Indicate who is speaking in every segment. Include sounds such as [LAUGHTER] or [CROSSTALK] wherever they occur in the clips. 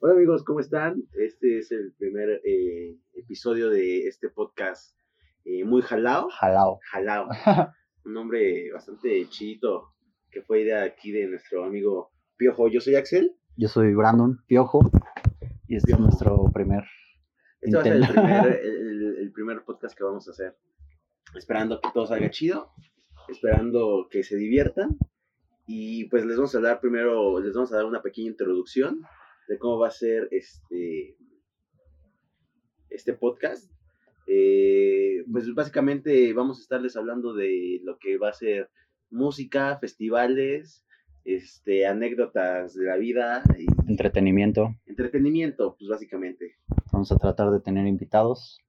Speaker 1: Hola amigos, ¿cómo están? Este es el primer eh, episodio de este podcast eh, muy jalado.
Speaker 2: Jalao.
Speaker 1: Jalao. Un nombre bastante chidito que fue idea aquí de nuestro amigo Piojo. Yo soy Axel.
Speaker 2: Yo soy Brandon Piojo y este
Speaker 1: Piojo.
Speaker 2: es nuestro primer.
Speaker 1: Este va a ser el
Speaker 2: Nintendo.
Speaker 1: primer, el- el primer podcast que vamos a hacer. Esperando que todo salga chido, esperando que se diviertan. Y pues les vamos a dar primero, les vamos a dar una pequeña introducción de cómo va a ser este, este podcast. Eh, pues básicamente vamos a estarles hablando de lo que va a ser música, festivales, este, anécdotas de la vida y
Speaker 2: entretenimiento.
Speaker 1: entretenimiento, pues básicamente.
Speaker 2: Vamos a tratar de tener invitados.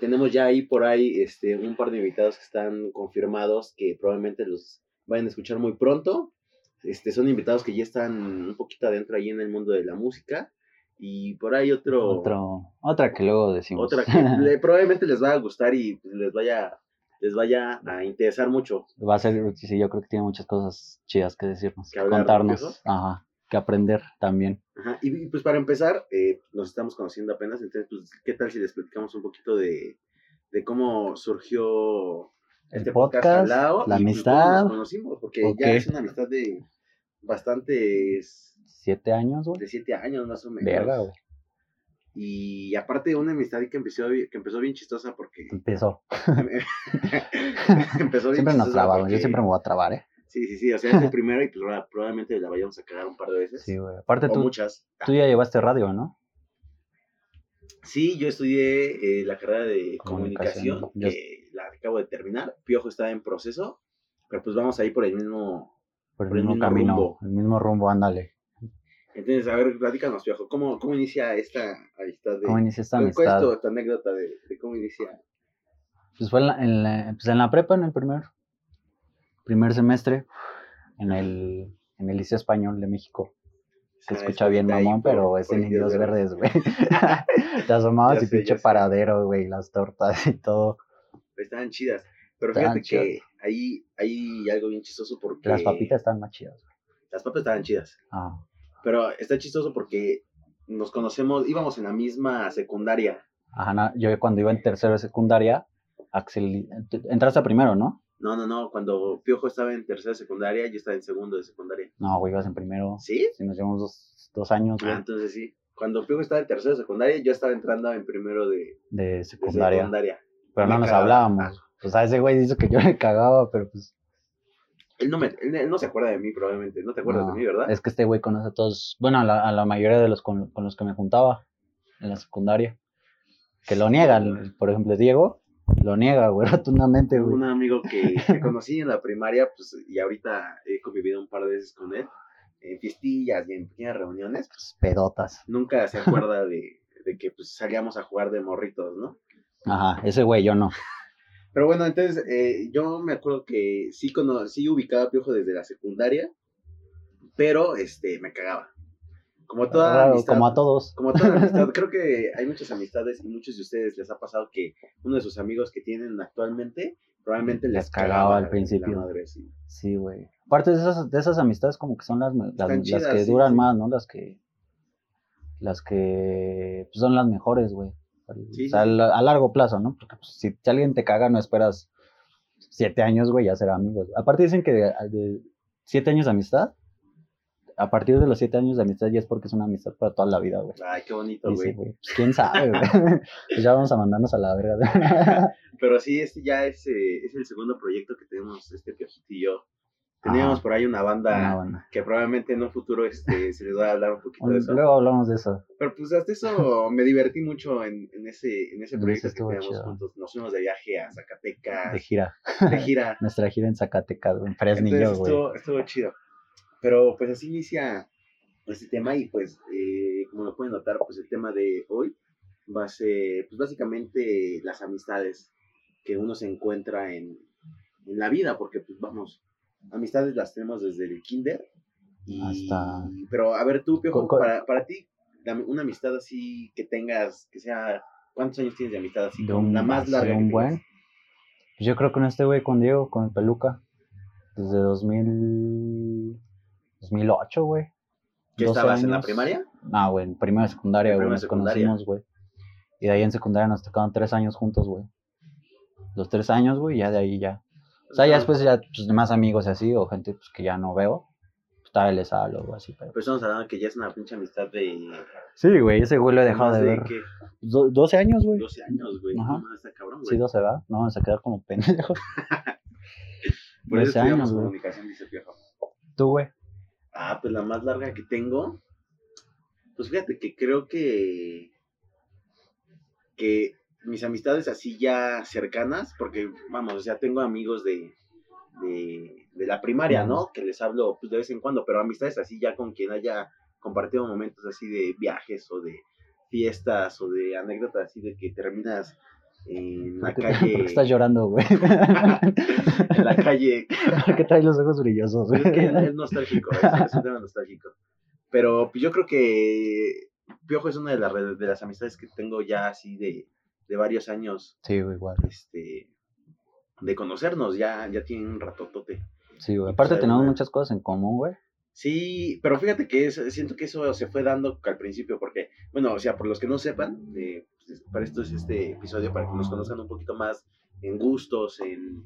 Speaker 1: tenemos ya ahí por ahí este, un par de invitados que están confirmados que probablemente los vayan a escuchar muy pronto. Este, son invitados que ya están un poquito adentro ahí en el mundo de la música. Y por ahí otro,
Speaker 2: Otro, otra que luego decimos.
Speaker 1: otra
Speaker 2: [LAUGHS]
Speaker 1: que le- probablemente les va a gustar y pues, les vaya, les vaya a interesar mucho.
Speaker 2: Va a ser, sí, yo creo que tiene muchas cosas chidas que decirnos,
Speaker 1: Que
Speaker 2: que
Speaker 1: hablar, ¿no, Piojo?
Speaker 2: contarnos, ajá, que aprender también.
Speaker 1: Ajá, Y, y, pues para empezar, eh, nos estamos conociendo apenas, entonces, pues, ¿qué tal si les platicamos un poquito de, de cómo surgió
Speaker 2: El
Speaker 1: este podcast,
Speaker 2: podcast,
Speaker 1: al lado
Speaker 2: la
Speaker 1: y, pues, cómo
Speaker 2: amistad.
Speaker 1: Nos conocimos, porque
Speaker 2: Ok.
Speaker 1: ya es una amistad de bastantes,
Speaker 2: Siete años, güey.
Speaker 1: de siete años más o menos.
Speaker 2: Verga, güey.
Speaker 1: Y aparte una amistad que empezó, bi- que empezó bien chistosa porque
Speaker 2: Empezó.
Speaker 1: empezó bien
Speaker 2: [LAUGHS] Siempre nos
Speaker 1: chistosa
Speaker 2: trabamos,
Speaker 1: porque-
Speaker 2: yo siempre me voy a trabar, ¿eh?
Speaker 1: Sí, sí, sí, o sea, es el primero y pues ahora probablemente la vayamos a cagar un par de veces.
Speaker 2: Sí, güey. Aparte
Speaker 1: o
Speaker 2: tú,
Speaker 1: muchas. Ah,
Speaker 2: tú ya llevaste radio, ¿no?
Speaker 1: Sí, yo estudié eh, la carrera de
Speaker 2: Comunicación.
Speaker 1: comunicación,
Speaker 2: Yo-
Speaker 1: que la acabo de terminar. Piojo está en proceso, pero pues vamos a ir por el mismo.
Speaker 2: Por el
Speaker 1: Por el
Speaker 2: mismo
Speaker 1: mismo
Speaker 2: camino,
Speaker 1: rumbo.
Speaker 2: el mismo rumbo, ándale.
Speaker 1: Entonces, a ver, platícanos, Piojo, ¿cómo, cómo inicia esta amistad? De,
Speaker 2: ¿Cómo inició esta
Speaker 1: ¿Cuál es tu-
Speaker 2: amistad?
Speaker 1: tu anécdota de, de cómo inicia?
Speaker 2: Pues fue en la, en la- pues en la prepa, en el primer, primer semestre, en el, en el Liceo Español de México. Se
Speaker 1: Ah,
Speaker 2: escucha
Speaker 1: está
Speaker 2: bien
Speaker 1: ahí
Speaker 2: mamón,
Speaker 1: por-
Speaker 2: pero es
Speaker 1: por
Speaker 2: en Indios Verdes, güey. [LAUGHS] Te asomabas
Speaker 1: Ya
Speaker 2: y
Speaker 1: sé,
Speaker 2: pinche
Speaker 1: ya sé.
Speaker 2: paradero, güey, las tortas y todo.
Speaker 1: Estaban chidas. Pero
Speaker 2: Estaban
Speaker 1: fíjate que ahí hay algo bien chistoso porque.
Speaker 2: Las papitas están más chidas, güey.
Speaker 1: Las papas estaban chidas.
Speaker 2: Ah,
Speaker 1: Pero está chistoso porque nos conocemos, íbamos en la misma secundaria.
Speaker 2: ajá, na- yo cuando iba en tercero de secundaria, Axel, te- entraste a primero, ¿no?
Speaker 1: No, no, no, cuando Piojo estaba en tercera de secundaria, yo estaba en segundo de secundaria.
Speaker 2: No, güey, ibas en primero.
Speaker 1: ¿Sí?
Speaker 2: Si nos llevamos dos, dos años,
Speaker 1: Ah,
Speaker 2: güey,
Speaker 1: entonces sí. Cuando Piojo estaba en tercero de secundaria, yo estaba entrando en primero de, de
Speaker 2: de
Speaker 1: secundaria.
Speaker 2: secundaria. Pero no
Speaker 1: Me
Speaker 2: nos
Speaker 1: cagaba.
Speaker 2: hablábamos. Pues a ese güey dice que yo le cagaba, pero pues
Speaker 1: Él no, me, él- él no se acuerda de mí probablemente, no te acuerdas
Speaker 2: No,
Speaker 1: de mí, ¿verdad?
Speaker 2: Es que este güey conoce a todos, bueno, a la, a la mayoría de los con, con los que me juntaba en la secundaria. Que lo niegan, por ejemplo, Diego, lo niega, güey, [LAUGHS] rotundamente, güey.
Speaker 1: Un amigo que, que conocí en la primaria, pues, y ahorita he convivido un par de veces con él, en fiestillas y en pequeñas reuniones, pues,
Speaker 2: Pedotas.
Speaker 1: nunca se acuerda de, de que pues, salíamos a jugar de morritos, ¿no?
Speaker 2: Ajá, ese güey yo no.
Speaker 1: Pero bueno, entonces eh, yo me acuerdo que sí, cono- sí ubicaba a Piojo desde la secundaria, pero este me cagaba. Como toda
Speaker 2: Raro,
Speaker 1: amistad,
Speaker 2: como a todos.
Speaker 1: como toda amistad,
Speaker 2: [LAUGHS]
Speaker 1: creo que hay muchas amistades y muchos de ustedes les ha pasado que uno de sus amigos que tienen actualmente probablemente les,
Speaker 2: Les cagaba al
Speaker 1: la- la
Speaker 2: principio.
Speaker 1: madre, sí.
Speaker 2: Sí, güey. Aparte de esas, de esas amistades como que son las, las-
Speaker 1: Están
Speaker 2: las
Speaker 1: chidas,
Speaker 2: que
Speaker 1: sí,
Speaker 2: duran
Speaker 1: sí.
Speaker 2: más, ¿no? Las que las que pues, son las mejores, güey.
Speaker 1: Sí,
Speaker 2: o sea,
Speaker 1: sí.
Speaker 2: al- a, largo plazo, ¿no? Porque pues, si, si alguien te caga, no esperas siete años, güey, ya ser amigos. Aparte dicen que de, de siete años de amistad, a partir de los siete años de amistad ya es porque es una amistad para toda la vida, güey.
Speaker 1: Ay, qué bonito,
Speaker 2: Dice,
Speaker 1: güey.
Speaker 2: güey, pues, quién sabe,
Speaker 1: [LAUGHS]
Speaker 2: güey. pues ya vamos a mandarnos a la verga. [LAUGHS]
Speaker 1: Pero sí, este ya es, eh, es el segundo proyecto que tenemos este Piojito y yo. Teníamos
Speaker 2: Ajá.
Speaker 1: por ahí una banda
Speaker 2: Ah. Una banda.
Speaker 1: que probablemente en un futuro
Speaker 2: [LAUGHS]
Speaker 1: este, se les va a hablar un poquito de eso.
Speaker 2: Luego hablamos de eso.
Speaker 1: Pero pues hasta eso
Speaker 2: [LAUGHS]
Speaker 1: me divertí mucho en, en ese, en ese
Speaker 2: Mm,
Speaker 1: proyecto
Speaker 2: eso
Speaker 1: que
Speaker 2: estuvo
Speaker 1: teníamos
Speaker 2: chido.
Speaker 1: juntos. Nos fuimos de viaje a
Speaker 2: De
Speaker 1: Zacatecas,
Speaker 2: gira.
Speaker 1: de gira.
Speaker 2: Nuestra gira en Zacatecas, güey, en Fresnillo,
Speaker 1: Entonces
Speaker 2: güey.
Speaker 1: estuvo, estuvo chido. Pero pues así inicia este tema y pues eh, como lo pueden notar, pues el tema de hoy va a ser pues básicamente las amistades que uno se encuentra en, en la vida, porque pues vamos, amistades las tenemos desde el kinder. Y,
Speaker 2: Hasta-
Speaker 1: Pero a ver tú, Piojo,
Speaker 2: Cu- cu-
Speaker 1: para, para ti, la- una amistad así que tengas, que sea, ¿cuántos años tienes de amistad así?
Speaker 2: de
Speaker 1: como
Speaker 2: un,
Speaker 1: la más
Speaker 2: así,
Speaker 1: larga.
Speaker 2: un
Speaker 1: que
Speaker 2: buen.
Speaker 1: tengas?
Speaker 2: Pues yo creo que con este güey, con Diego, con el peluca, desde 2000, 2008, güey.
Speaker 1: ¿Qué
Speaker 2: 12
Speaker 1: estabas en la
Speaker 2: años.
Speaker 1: primaria?
Speaker 2: No, güey, en primero de secundaria,
Speaker 1: En
Speaker 2: güey,
Speaker 1: primero de
Speaker 2: nos
Speaker 1: secundaria.
Speaker 2: conocimos, güey. Y de ahí en secundaria nos tocaron tres años juntos, güey. Los tres años, güey, ya de ahí ya. O sea, ya después ya, pues, más amigos y así, o gente pues, que ya no veo. Pues, tal vez les hablo o así, pero...
Speaker 1: Pero estamos hablando que ya es una pinche amistad de.
Speaker 2: Sí, güey, ese güey lo he dejado
Speaker 1: más
Speaker 2: de ver.
Speaker 1: ¿qué?
Speaker 2: Do- 12 años, güey.
Speaker 1: 12 años, güey.
Speaker 2: Ajá.
Speaker 1: No, mames, está cabrón,
Speaker 2: Sí,
Speaker 1: güey.
Speaker 2: 12, ¿verdad? No, vamos a quedar como pendejos.
Speaker 1: Por eso
Speaker 2: 12
Speaker 1: estudiamos
Speaker 2: años, güey.
Speaker 1: comunicación, dice el viejo.
Speaker 2: Tú, güey.
Speaker 1: Ah, pues la más larga que tengo. Pues fíjate que creo que. que mis amistades así ya cercanas, porque vamos, o sea, tengo amigos de. de, de la primaria, ¿no? Que les hablo pues, de vez en cuando, pero amistades así ya con quien haya compartido momentos así de viajes o de fiestas o de anécdotas así de que terminas en la
Speaker 2: ¿Por qué,
Speaker 1: calle.
Speaker 2: por qué estás llorando, güey?
Speaker 1: [LAUGHS]
Speaker 2: [LAUGHS]
Speaker 1: en la calle
Speaker 2: ¿Por qué traes los ojos brillosos, güey?
Speaker 1: pues
Speaker 2: [LAUGHS]
Speaker 1: es, que es nostálgico, es, es un tema nostálgico. Pero pues, yo creo que Piojo es una de, las re- de las amistades que tengo ya así de, de varios años
Speaker 2: Sí, güey, igual.
Speaker 1: este, de conocernos, ya, ya tiene un ratotote.
Speaker 2: Sí, güey.
Speaker 1: Y
Speaker 2: Aparte
Speaker 1: pues,
Speaker 2: tenemos
Speaker 1: güey.
Speaker 2: muchas cosas en común, güey.
Speaker 1: Sí, pero fíjate que es- siento que eso se fue dando al principio, porque, bueno, o sea, por los que no sepan, eh, pues, para esto es este episodio, para que nos conozcan un poquito más en gustos, en,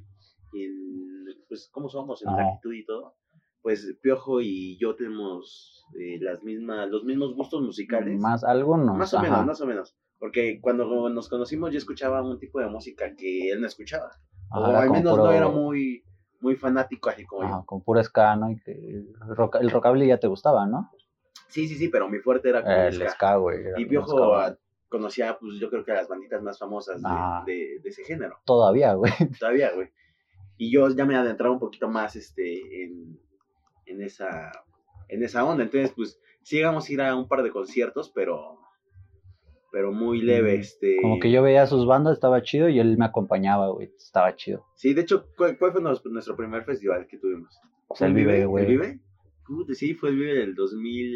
Speaker 1: en, pues, cómo somos, en
Speaker 2: Ajá.
Speaker 1: actitud y todo. Pues Piojo y yo tenemos eh, las mismas, los mismos gustos musicales.
Speaker 2: Más algunos.
Speaker 1: Más o
Speaker 2: ajá.
Speaker 1: menos, más o menos. Porque cuando nos conocimos yo escuchaba un tipo de música que él no escuchaba.
Speaker 2: Ajá,
Speaker 1: o al
Speaker 2: Ah, como
Speaker 1: menos no
Speaker 2: puro-
Speaker 1: era muy, muy fanático, así como yo.
Speaker 2: Ajá, con puro ska, ¿no? Y que el, rock- el rockabilly ya te gustaba, ¿no?
Speaker 1: Sí, sí, sí, pero mi fuerte era como
Speaker 2: El
Speaker 1: ska.
Speaker 2: ska, güey. era
Speaker 1: Y
Speaker 2: el
Speaker 1: Piojo
Speaker 2: ska,
Speaker 1: ah, conocía, pues yo creo que a las banditas más famosas de,
Speaker 2: Ah.
Speaker 1: de- de ese género,
Speaker 2: Todavía, güey.
Speaker 1: todavía, güey. Y yo ya me adentraba un poquito más este, en, en, esa, en esa onda. Entonces, pues sí íbamos a ir a un par de conciertos, pero, pero muy leve.
Speaker 2: Mm,
Speaker 1: Este.
Speaker 2: Como que yo veía sus bandas, estaba chido y él me acompañaba, güey. Estaba chido.
Speaker 1: Sí, de hecho, ¿cuál, cuál fue nos- nuestro primer festival que tuvimos?
Speaker 2: O sea, él Pues, vive, güey.
Speaker 1: ¿El Vive? Puta, Sí, fue el Vive del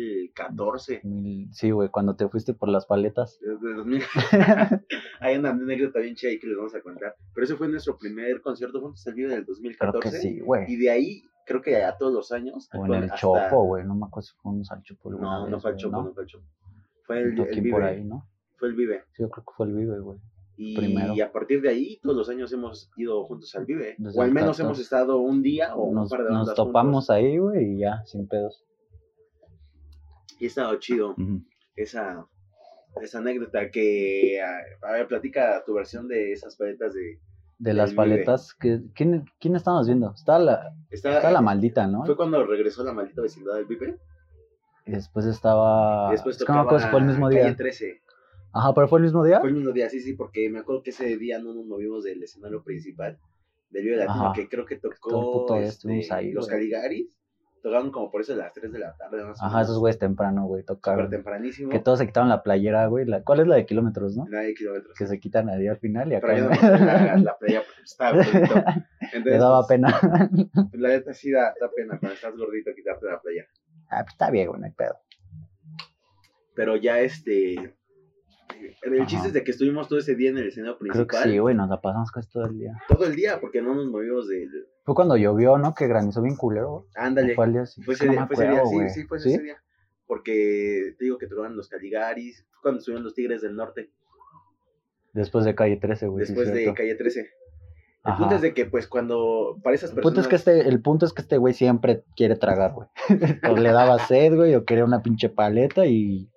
Speaker 1: 2014.
Speaker 2: Mil- Sí, güey, cuando te fuiste por las paletas.
Speaker 1: Desde
Speaker 2: [LAUGHS]
Speaker 1: 2000. [LAUGHS] Hay una anécdota bien chida ahí que les vamos a contar. Pero ese fue nuestro primer concierto juntos el video del
Speaker 2: Creo
Speaker 1: 2014.
Speaker 2: que sí, güey.
Speaker 1: Y de ahí, creo que a todos los años.
Speaker 2: O en el
Speaker 1: hasta-
Speaker 2: Chopo, güey. No me acuerdo si fuimos al Chopo. alguna
Speaker 1: No, no
Speaker 2: vez,
Speaker 1: fue el
Speaker 2: güey,
Speaker 1: Chopo, no,
Speaker 2: ¿no?
Speaker 1: fue el Chopo. Fue el, el
Speaker 2: Toquín
Speaker 1: Vive.
Speaker 2: por ahí, ¿no?
Speaker 1: Fue el Vive.
Speaker 2: Sí, yo creo que fue el Vive, güey.
Speaker 1: Y
Speaker 2: Primero.
Speaker 1: a partir de ahí, todos los años hemos ido juntos al Vive.
Speaker 2: Desde
Speaker 1: o al
Speaker 2: el
Speaker 1: menos
Speaker 2: 14.
Speaker 1: hemos estado un día o un
Speaker 2: Nos,
Speaker 1: par de
Speaker 2: nos
Speaker 1: bandas
Speaker 2: topamos
Speaker 1: juntos.
Speaker 2: ahí, güey, y ya, sin pedos.
Speaker 1: Y ha estado chido
Speaker 2: Ujú.
Speaker 1: esa, esa anécdota que. A, a ver, platica tu versión de esas paletas de.
Speaker 2: De las
Speaker 1: Vive.
Speaker 2: paletas, que, ¿quién, ¿quién estábamos viendo? Estaba la, estaba la maldita, ¿no?
Speaker 1: Eh, Fue cuando regresó la maldita vecindad del Vive.
Speaker 2: Y después estaba.
Speaker 1: y después
Speaker 2: Ah, es que no me acuerdo si fue el mismo día.
Speaker 1: Calle 13.
Speaker 2: Ajá, pero fue el mismo día.
Speaker 1: Fue el mismo día, sí, sí, porque me acuerdo que ese día no nos movimos del escenario principal del Vive Latino,
Speaker 2: Ajá.
Speaker 1: que creo que
Speaker 2: Todo el
Speaker 1: tocó
Speaker 2: puto día
Speaker 1: este,
Speaker 2: estuvimos ahí,
Speaker 1: los
Speaker 2: güey.
Speaker 1: Caligaris. Tocaron como por eso de las 3 de la tarde. Más o
Speaker 2: Ajá,
Speaker 1: menos,
Speaker 2: esos güeyes temprano, güey,
Speaker 1: Súper
Speaker 2: tocaron.
Speaker 1: tempranísimo.
Speaker 2: Que todos se quitaron la playera, güey. La, ¿Cuál es la de kilómetros, no?
Speaker 1: Nadie kilómetros.
Speaker 2: Que se quitan ahí al final y acá.
Speaker 1: Pero yo no
Speaker 2: güey.
Speaker 1: me puse la, la playa porque estaba gordito. Entonces,
Speaker 2: [LAUGHS] Le daba
Speaker 1: pues,
Speaker 2: pena.
Speaker 1: La neta sí da, da pena cuando estás gordito quitarte la playa.
Speaker 2: ah, pues está bien, güey, no hay pedo.
Speaker 1: Pero ya este. El
Speaker 2: Ajá.
Speaker 1: chiste es de que estuvimos todo ese día en el escenario
Speaker 2: Creo
Speaker 1: principal.
Speaker 2: que sí, güey, nos la pasamos casi todo el día.
Speaker 1: Todo el día, porque no nos movimos del.
Speaker 2: Fue cuando llovió, ¿no? Que granizó bien culero, güey.
Speaker 1: Ándale.
Speaker 2: Fue el día sí.
Speaker 1: Fue
Speaker 2: Es que
Speaker 1: ese
Speaker 2: no
Speaker 1: día,
Speaker 2: me
Speaker 1: fue ese día,
Speaker 2: acuerdo,
Speaker 1: sí,
Speaker 2: güey.
Speaker 1: sí, fue ese día. Porque te digo que tocaban los Caligaris, fue cuando estuvieron los Tigres del Norte,
Speaker 2: Después de calle 13, güey. sí,
Speaker 1: después de
Speaker 2: cierto.
Speaker 1: Calle 13. El
Speaker 2: Ajá.
Speaker 1: punto es de que, pues, cuando para esas
Speaker 2: El punto,
Speaker 1: personas...
Speaker 2: es que este, el punto es que este güey siempre quiere tragar, güey. [LAUGHS] O le daba sed, güey, o quería una pinche paleta y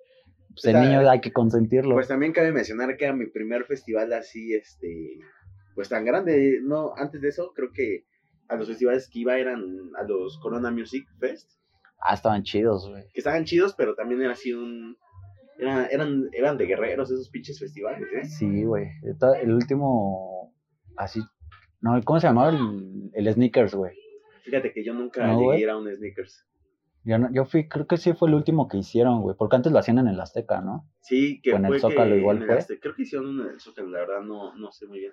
Speaker 2: pues, el
Speaker 1: Está-
Speaker 2: niño hay que consentirlo.
Speaker 1: Pues también cabe mencionar que era mi primer festival así, este, pues tan grande. No, antes de eso, creo que a los festivales que iba eran a los Corona Music Fest,
Speaker 2: ah, estaban chidos, güey.
Speaker 1: que estaban chidos, pero también era así un... era- eran, eran de guerreros esos pinches festivales, ¿eh?
Speaker 2: Sí, güey. Esta- El último, así, no, ¿cómo se llamaba? El, el sneakers, güey.
Speaker 1: Fíjate que yo nunca
Speaker 2: No,
Speaker 1: llegué
Speaker 2: güey.
Speaker 1: a ir a un sneakers.
Speaker 2: Yo, no- yo fui, creo que sí fue el último que hicieron, güey, porque antes lo hacían en el Azteca, ¿no?
Speaker 1: Sí, que
Speaker 2: ¿O en el
Speaker 1: fue
Speaker 2: Zócalo
Speaker 1: que
Speaker 2: igual
Speaker 1: en el
Speaker 2: fue?
Speaker 1: Azte- creo que hicieron uno en el Zócalo, la verdad no, no sé muy bien.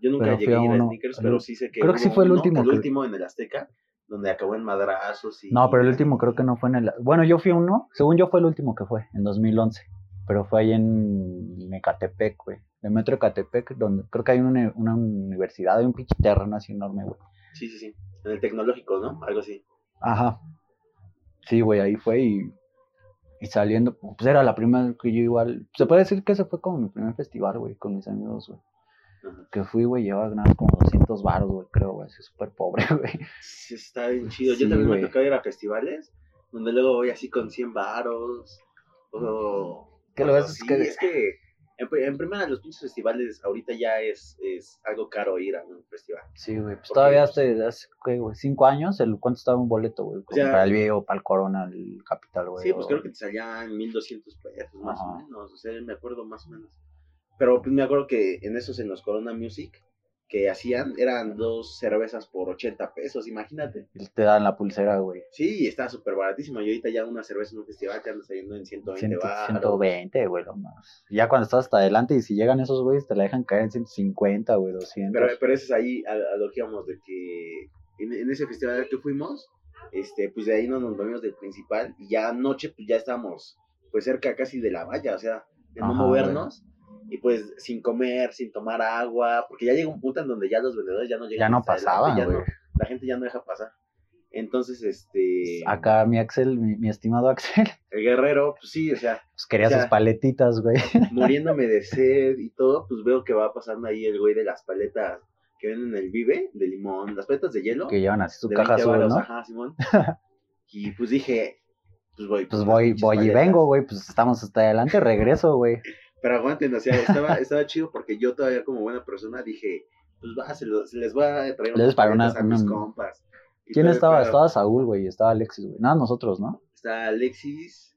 Speaker 1: Yo nunca
Speaker 2: Pero fui
Speaker 1: llegué a
Speaker 2: a
Speaker 1: ir a
Speaker 2: uno,
Speaker 1: sneakers,
Speaker 2: al
Speaker 1: pero
Speaker 2: ul-
Speaker 1: sí sé que
Speaker 2: creo que sí
Speaker 1: hubo
Speaker 2: fue el
Speaker 1: uno,
Speaker 2: último,
Speaker 1: el
Speaker 2: creo.
Speaker 1: último en el Azteca, donde acabó en madrazos y
Speaker 2: No, pero el
Speaker 1: [LAUGHS]
Speaker 2: último creo que no fue en el... Bueno, yo fui a uno, según yo fue el último que fue, en 2011, pero fue ahí en Ecatepec, güey. En el metro Ecatepec, donde creo que hay una, una universidad, hay un pinche terreno así enorme, güey.
Speaker 1: Sí, sí, sí. En el tecnológico, ¿no? Algo así.
Speaker 2: Ajá. Sí, güey, ahí fue y Y saliendo, pues era la primera que yo igual. Se puede decir que ese fue como mi primer festival, güey, con mis amigos, güey.
Speaker 1: Ajá.
Speaker 2: Que fui, güey, llevaba ganado como 200 baros, güey, creo, güey. Soy súper pobre, [LAUGHS] güey.
Speaker 1: Sí, está bien chido.
Speaker 2: Sí,
Speaker 1: Yo también
Speaker 2: güey.
Speaker 1: me tocaba ir a festivales donde luego voy así con 100 varos. O,
Speaker 2: Que lo
Speaker 1: o
Speaker 2: ves es
Speaker 1: sí,
Speaker 2: que-
Speaker 1: es que en, pri- en primera los pinches festivales ahorita ya es, es algo caro ir a un festival.
Speaker 2: Sí, güey. Pues
Speaker 1: Porque,
Speaker 2: todavía
Speaker 1: pues,
Speaker 2: hace, hace ¿qué, güey? cinco años, el, ¿cuánto estaba un boleto, güey? Como
Speaker 1: sea-
Speaker 2: para el video, para el Corona, el Capital, güey.
Speaker 1: Sí, pues
Speaker 2: o-
Speaker 1: creo que te salían 1200 pesos más o
Speaker 2: Ajá.
Speaker 1: menos, o sea, me acuerdo más o menos. Pero pues me acuerdo que en esos en los Corona Music que hacían eran dos cervezas por 80 pesos, imagínate.
Speaker 2: y Te dan la pulsera, güey.
Speaker 1: Sí, y estaba súper baratísimo. Y ahorita ya una cerveza en un festival te anda saliendo en 120
Speaker 2: Ciento-
Speaker 1: baros.
Speaker 2: 120, güey, lo más. Ya cuando estás hasta adelante y si llegan esos güeyes te la dejan caer en 150, güey, 200.
Speaker 1: Pero, pero eso es ahí a, a lo que íbamos, de que en, en ese festival al que fuimos, este, pues de ahí no nos movimos del principal y ya anoche pues ya estábamos pues cerca casi de la valla, o sea, de no
Speaker 2: Ajá,
Speaker 1: movernos y pues sin comer, sin tomar agua, porque ya llega un punto en donde ya los vendedores ya no llegan.
Speaker 2: ya no
Speaker 1: hasta adelante,
Speaker 2: pasaban,
Speaker 1: ya
Speaker 2: güey.
Speaker 1: no- la gente ya no deja pasar. Entonces, este,
Speaker 2: Acá mi Axel, mi, mi estimado Axel, [LAUGHS]
Speaker 1: el guerrero, pues sí, o sea,
Speaker 2: pues quería
Speaker 1: Ya.
Speaker 2: sus paletitas, güey.
Speaker 1: muriéndome de sed y todo, pues veo que va pasando ahí el güey de las paletas que venden en el Vive, de limón, las paletas de hielo.
Speaker 2: Que llevan así su
Speaker 1: de
Speaker 2: caja
Speaker 1: 20
Speaker 2: azul,
Speaker 1: varos,
Speaker 2: ¿no?
Speaker 1: ajá,
Speaker 2: [LAUGHS]
Speaker 1: Simón. Y pues dije, pues voy.
Speaker 2: Pues
Speaker 1: por
Speaker 2: voy,
Speaker 1: las pinches
Speaker 2: voy y
Speaker 1: paletas.
Speaker 2: vengo, güey. Pues estamos hasta adelante, regreso, güey.
Speaker 1: Pero aguanten,
Speaker 2: [LAUGHS]
Speaker 1: o sea, estaba, estaba chido porque yo todavía como buena persona dije, pues va, se, lo- se les va a traer
Speaker 2: Les para una-
Speaker 1: paletas a mis
Speaker 2: una-
Speaker 1: compas. Y
Speaker 2: ¿Quién
Speaker 1: todavía
Speaker 2: estaba?
Speaker 1: estaba?
Speaker 2: Estaba Saúl, güey. y Estaba Alexis, güey. Nada, nosotros, ¿no?
Speaker 1: Está Alexis,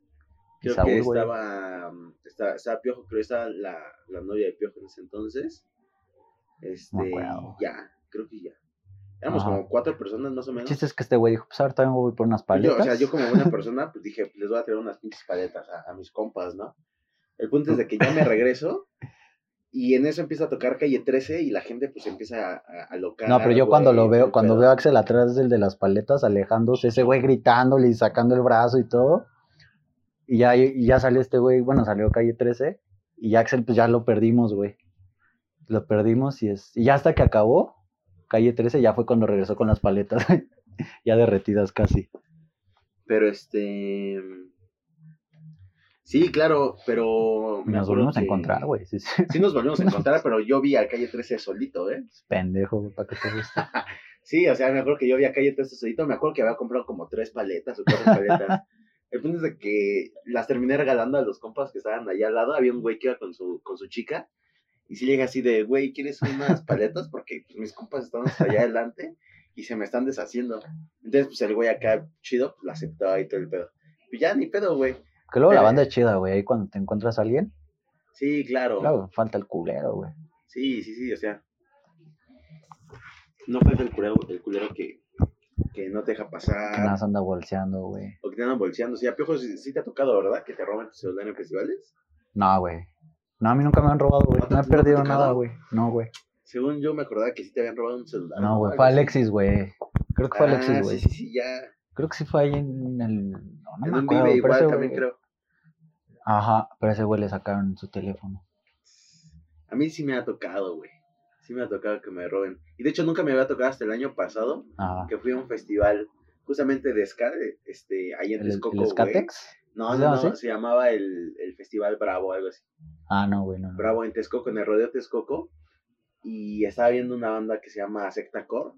Speaker 2: Y
Speaker 1: creo que
Speaker 2: Saúl, güey.
Speaker 1: estaba, mm, estaba, estaba Piojo, creo que estaba la, la novia de Piojo en ese entonces.
Speaker 2: No
Speaker 1: Este,
Speaker 2: acuerdo.
Speaker 1: ya, creo que ya. Éramos
Speaker 2: Ajá.
Speaker 1: como cuatro personas más o
Speaker 2: El
Speaker 1: menos.
Speaker 2: chiste es que este güey dijo, pues ahora también voy por unas
Speaker 1: Pues yo,
Speaker 2: paletas.
Speaker 1: o sea, yo como
Speaker 2: [LAUGHS]
Speaker 1: buena persona, pues dije, les voy a traer unas pinches paletas a, a mis compas, ¿no? El punto es de que ya me regreso y en eso empieza a tocar calle 13 y la gente pues empieza a, a, a locar.
Speaker 2: No, pero yo
Speaker 1: güey,
Speaker 2: cuando lo veo,
Speaker 1: el
Speaker 2: cuando
Speaker 1: pedo.
Speaker 2: veo a Axel atrás del de las paletas alejándose, ese güey gritándole y sacando el brazo y todo. Y ya, y ya salió este güey, bueno, salió calle 13. Y Axel, pues ya lo perdimos, güey. Lo perdimos y es. Y ya hasta que acabó, calle 13 ya fue cuando regresó con las paletas, [LAUGHS] güey, ya derretidas casi.
Speaker 1: Pero este... Sí, claro, pero...
Speaker 2: Y
Speaker 1: me
Speaker 2: nos
Speaker 1: acuerdo
Speaker 2: volvimos a
Speaker 1: que-
Speaker 2: encontrar, güey. Sí, sí.
Speaker 1: [LAUGHS] Sí nos
Speaker 2: [LAUGHS]
Speaker 1: volvimos a encontrar, pero yo vi a calle 13 solito, ¿eh?
Speaker 2: Pendejo, güey, para que te guste.
Speaker 1: Sí, o sea, me acuerdo que yo había caído todo este solito, me acuerdo que había comprado como tres paletas o cuatro paletas. El punto es de que las terminé regalando a los compas que estaban allá al lado, había un güey que iba con su, con su chica, y sí le dije así de, güey, ¿quieres unas paletas? Porque pues, mis compas están hasta allá adelante y se me están deshaciendo. Entonces, pues el güey acá, chido, pues, la aceptaba y todo el pedo. Pues ya, ni pedo, güey.
Speaker 2: Que luego la
Speaker 1: Eh.
Speaker 2: banda es chida, güey. Ahí cuando te encuentras a alguien,
Speaker 1: Sí, claro.
Speaker 2: claro, falta el culero, güey.
Speaker 1: Sí, sí, sí, o sea. No falta el culero, el culero que, que no te deja pasar.
Speaker 2: Que nada más anda bolseando, güey.
Speaker 1: O que te andan bolseando. Sí, a Piojo sí, sí te ha tocado, ¿verdad? Que te roban tu celular en festivales.
Speaker 2: No, güey. No, a mí nunca me han robado, güey.
Speaker 1: ¿No te-
Speaker 2: No he
Speaker 1: no te ha
Speaker 2: perdido
Speaker 1: tocado?
Speaker 2: nada, güey. No, güey.
Speaker 1: Según yo me acordaba que sí te habían robado un celular.
Speaker 2: No, güey.
Speaker 1: Algo
Speaker 2: Fue
Speaker 1: así.
Speaker 2: Alexis, güey. Creo que fue
Speaker 1: Ah,
Speaker 2: Alexis, güey.
Speaker 1: Sí, sí, sí, ya.
Speaker 2: Creo que sí fue ahí en el. No, no
Speaker 1: en
Speaker 2: me
Speaker 1: un
Speaker 2: acuerdo.
Speaker 1: Vive
Speaker 2: pero
Speaker 1: igual
Speaker 2: ese
Speaker 1: también
Speaker 2: güey-
Speaker 1: creo.
Speaker 2: Ajá, pero ese güey le sacaron su teléfono.
Speaker 1: A mí sí me ha tocado, güey. Sí me ha tocado que me roben. Y de hecho nunca me había tocado hasta el año pasado
Speaker 2: Ajá.
Speaker 1: que fui a un festival justamente de ska, de- este, ahí en
Speaker 2: ¿El,
Speaker 1: Texcoco,
Speaker 2: el
Speaker 1: güey.
Speaker 2: Skatex?
Speaker 1: No,
Speaker 2: ¿Se
Speaker 1: no,
Speaker 2: llama
Speaker 1: no,
Speaker 2: así?
Speaker 1: se llamaba el, el Festival Bravo, algo así.
Speaker 2: Ah, no, güey, no. no.
Speaker 1: Bravo en Texcoco, en el rodeo Texcoco, y estaba viendo una banda que se llama Secta Core.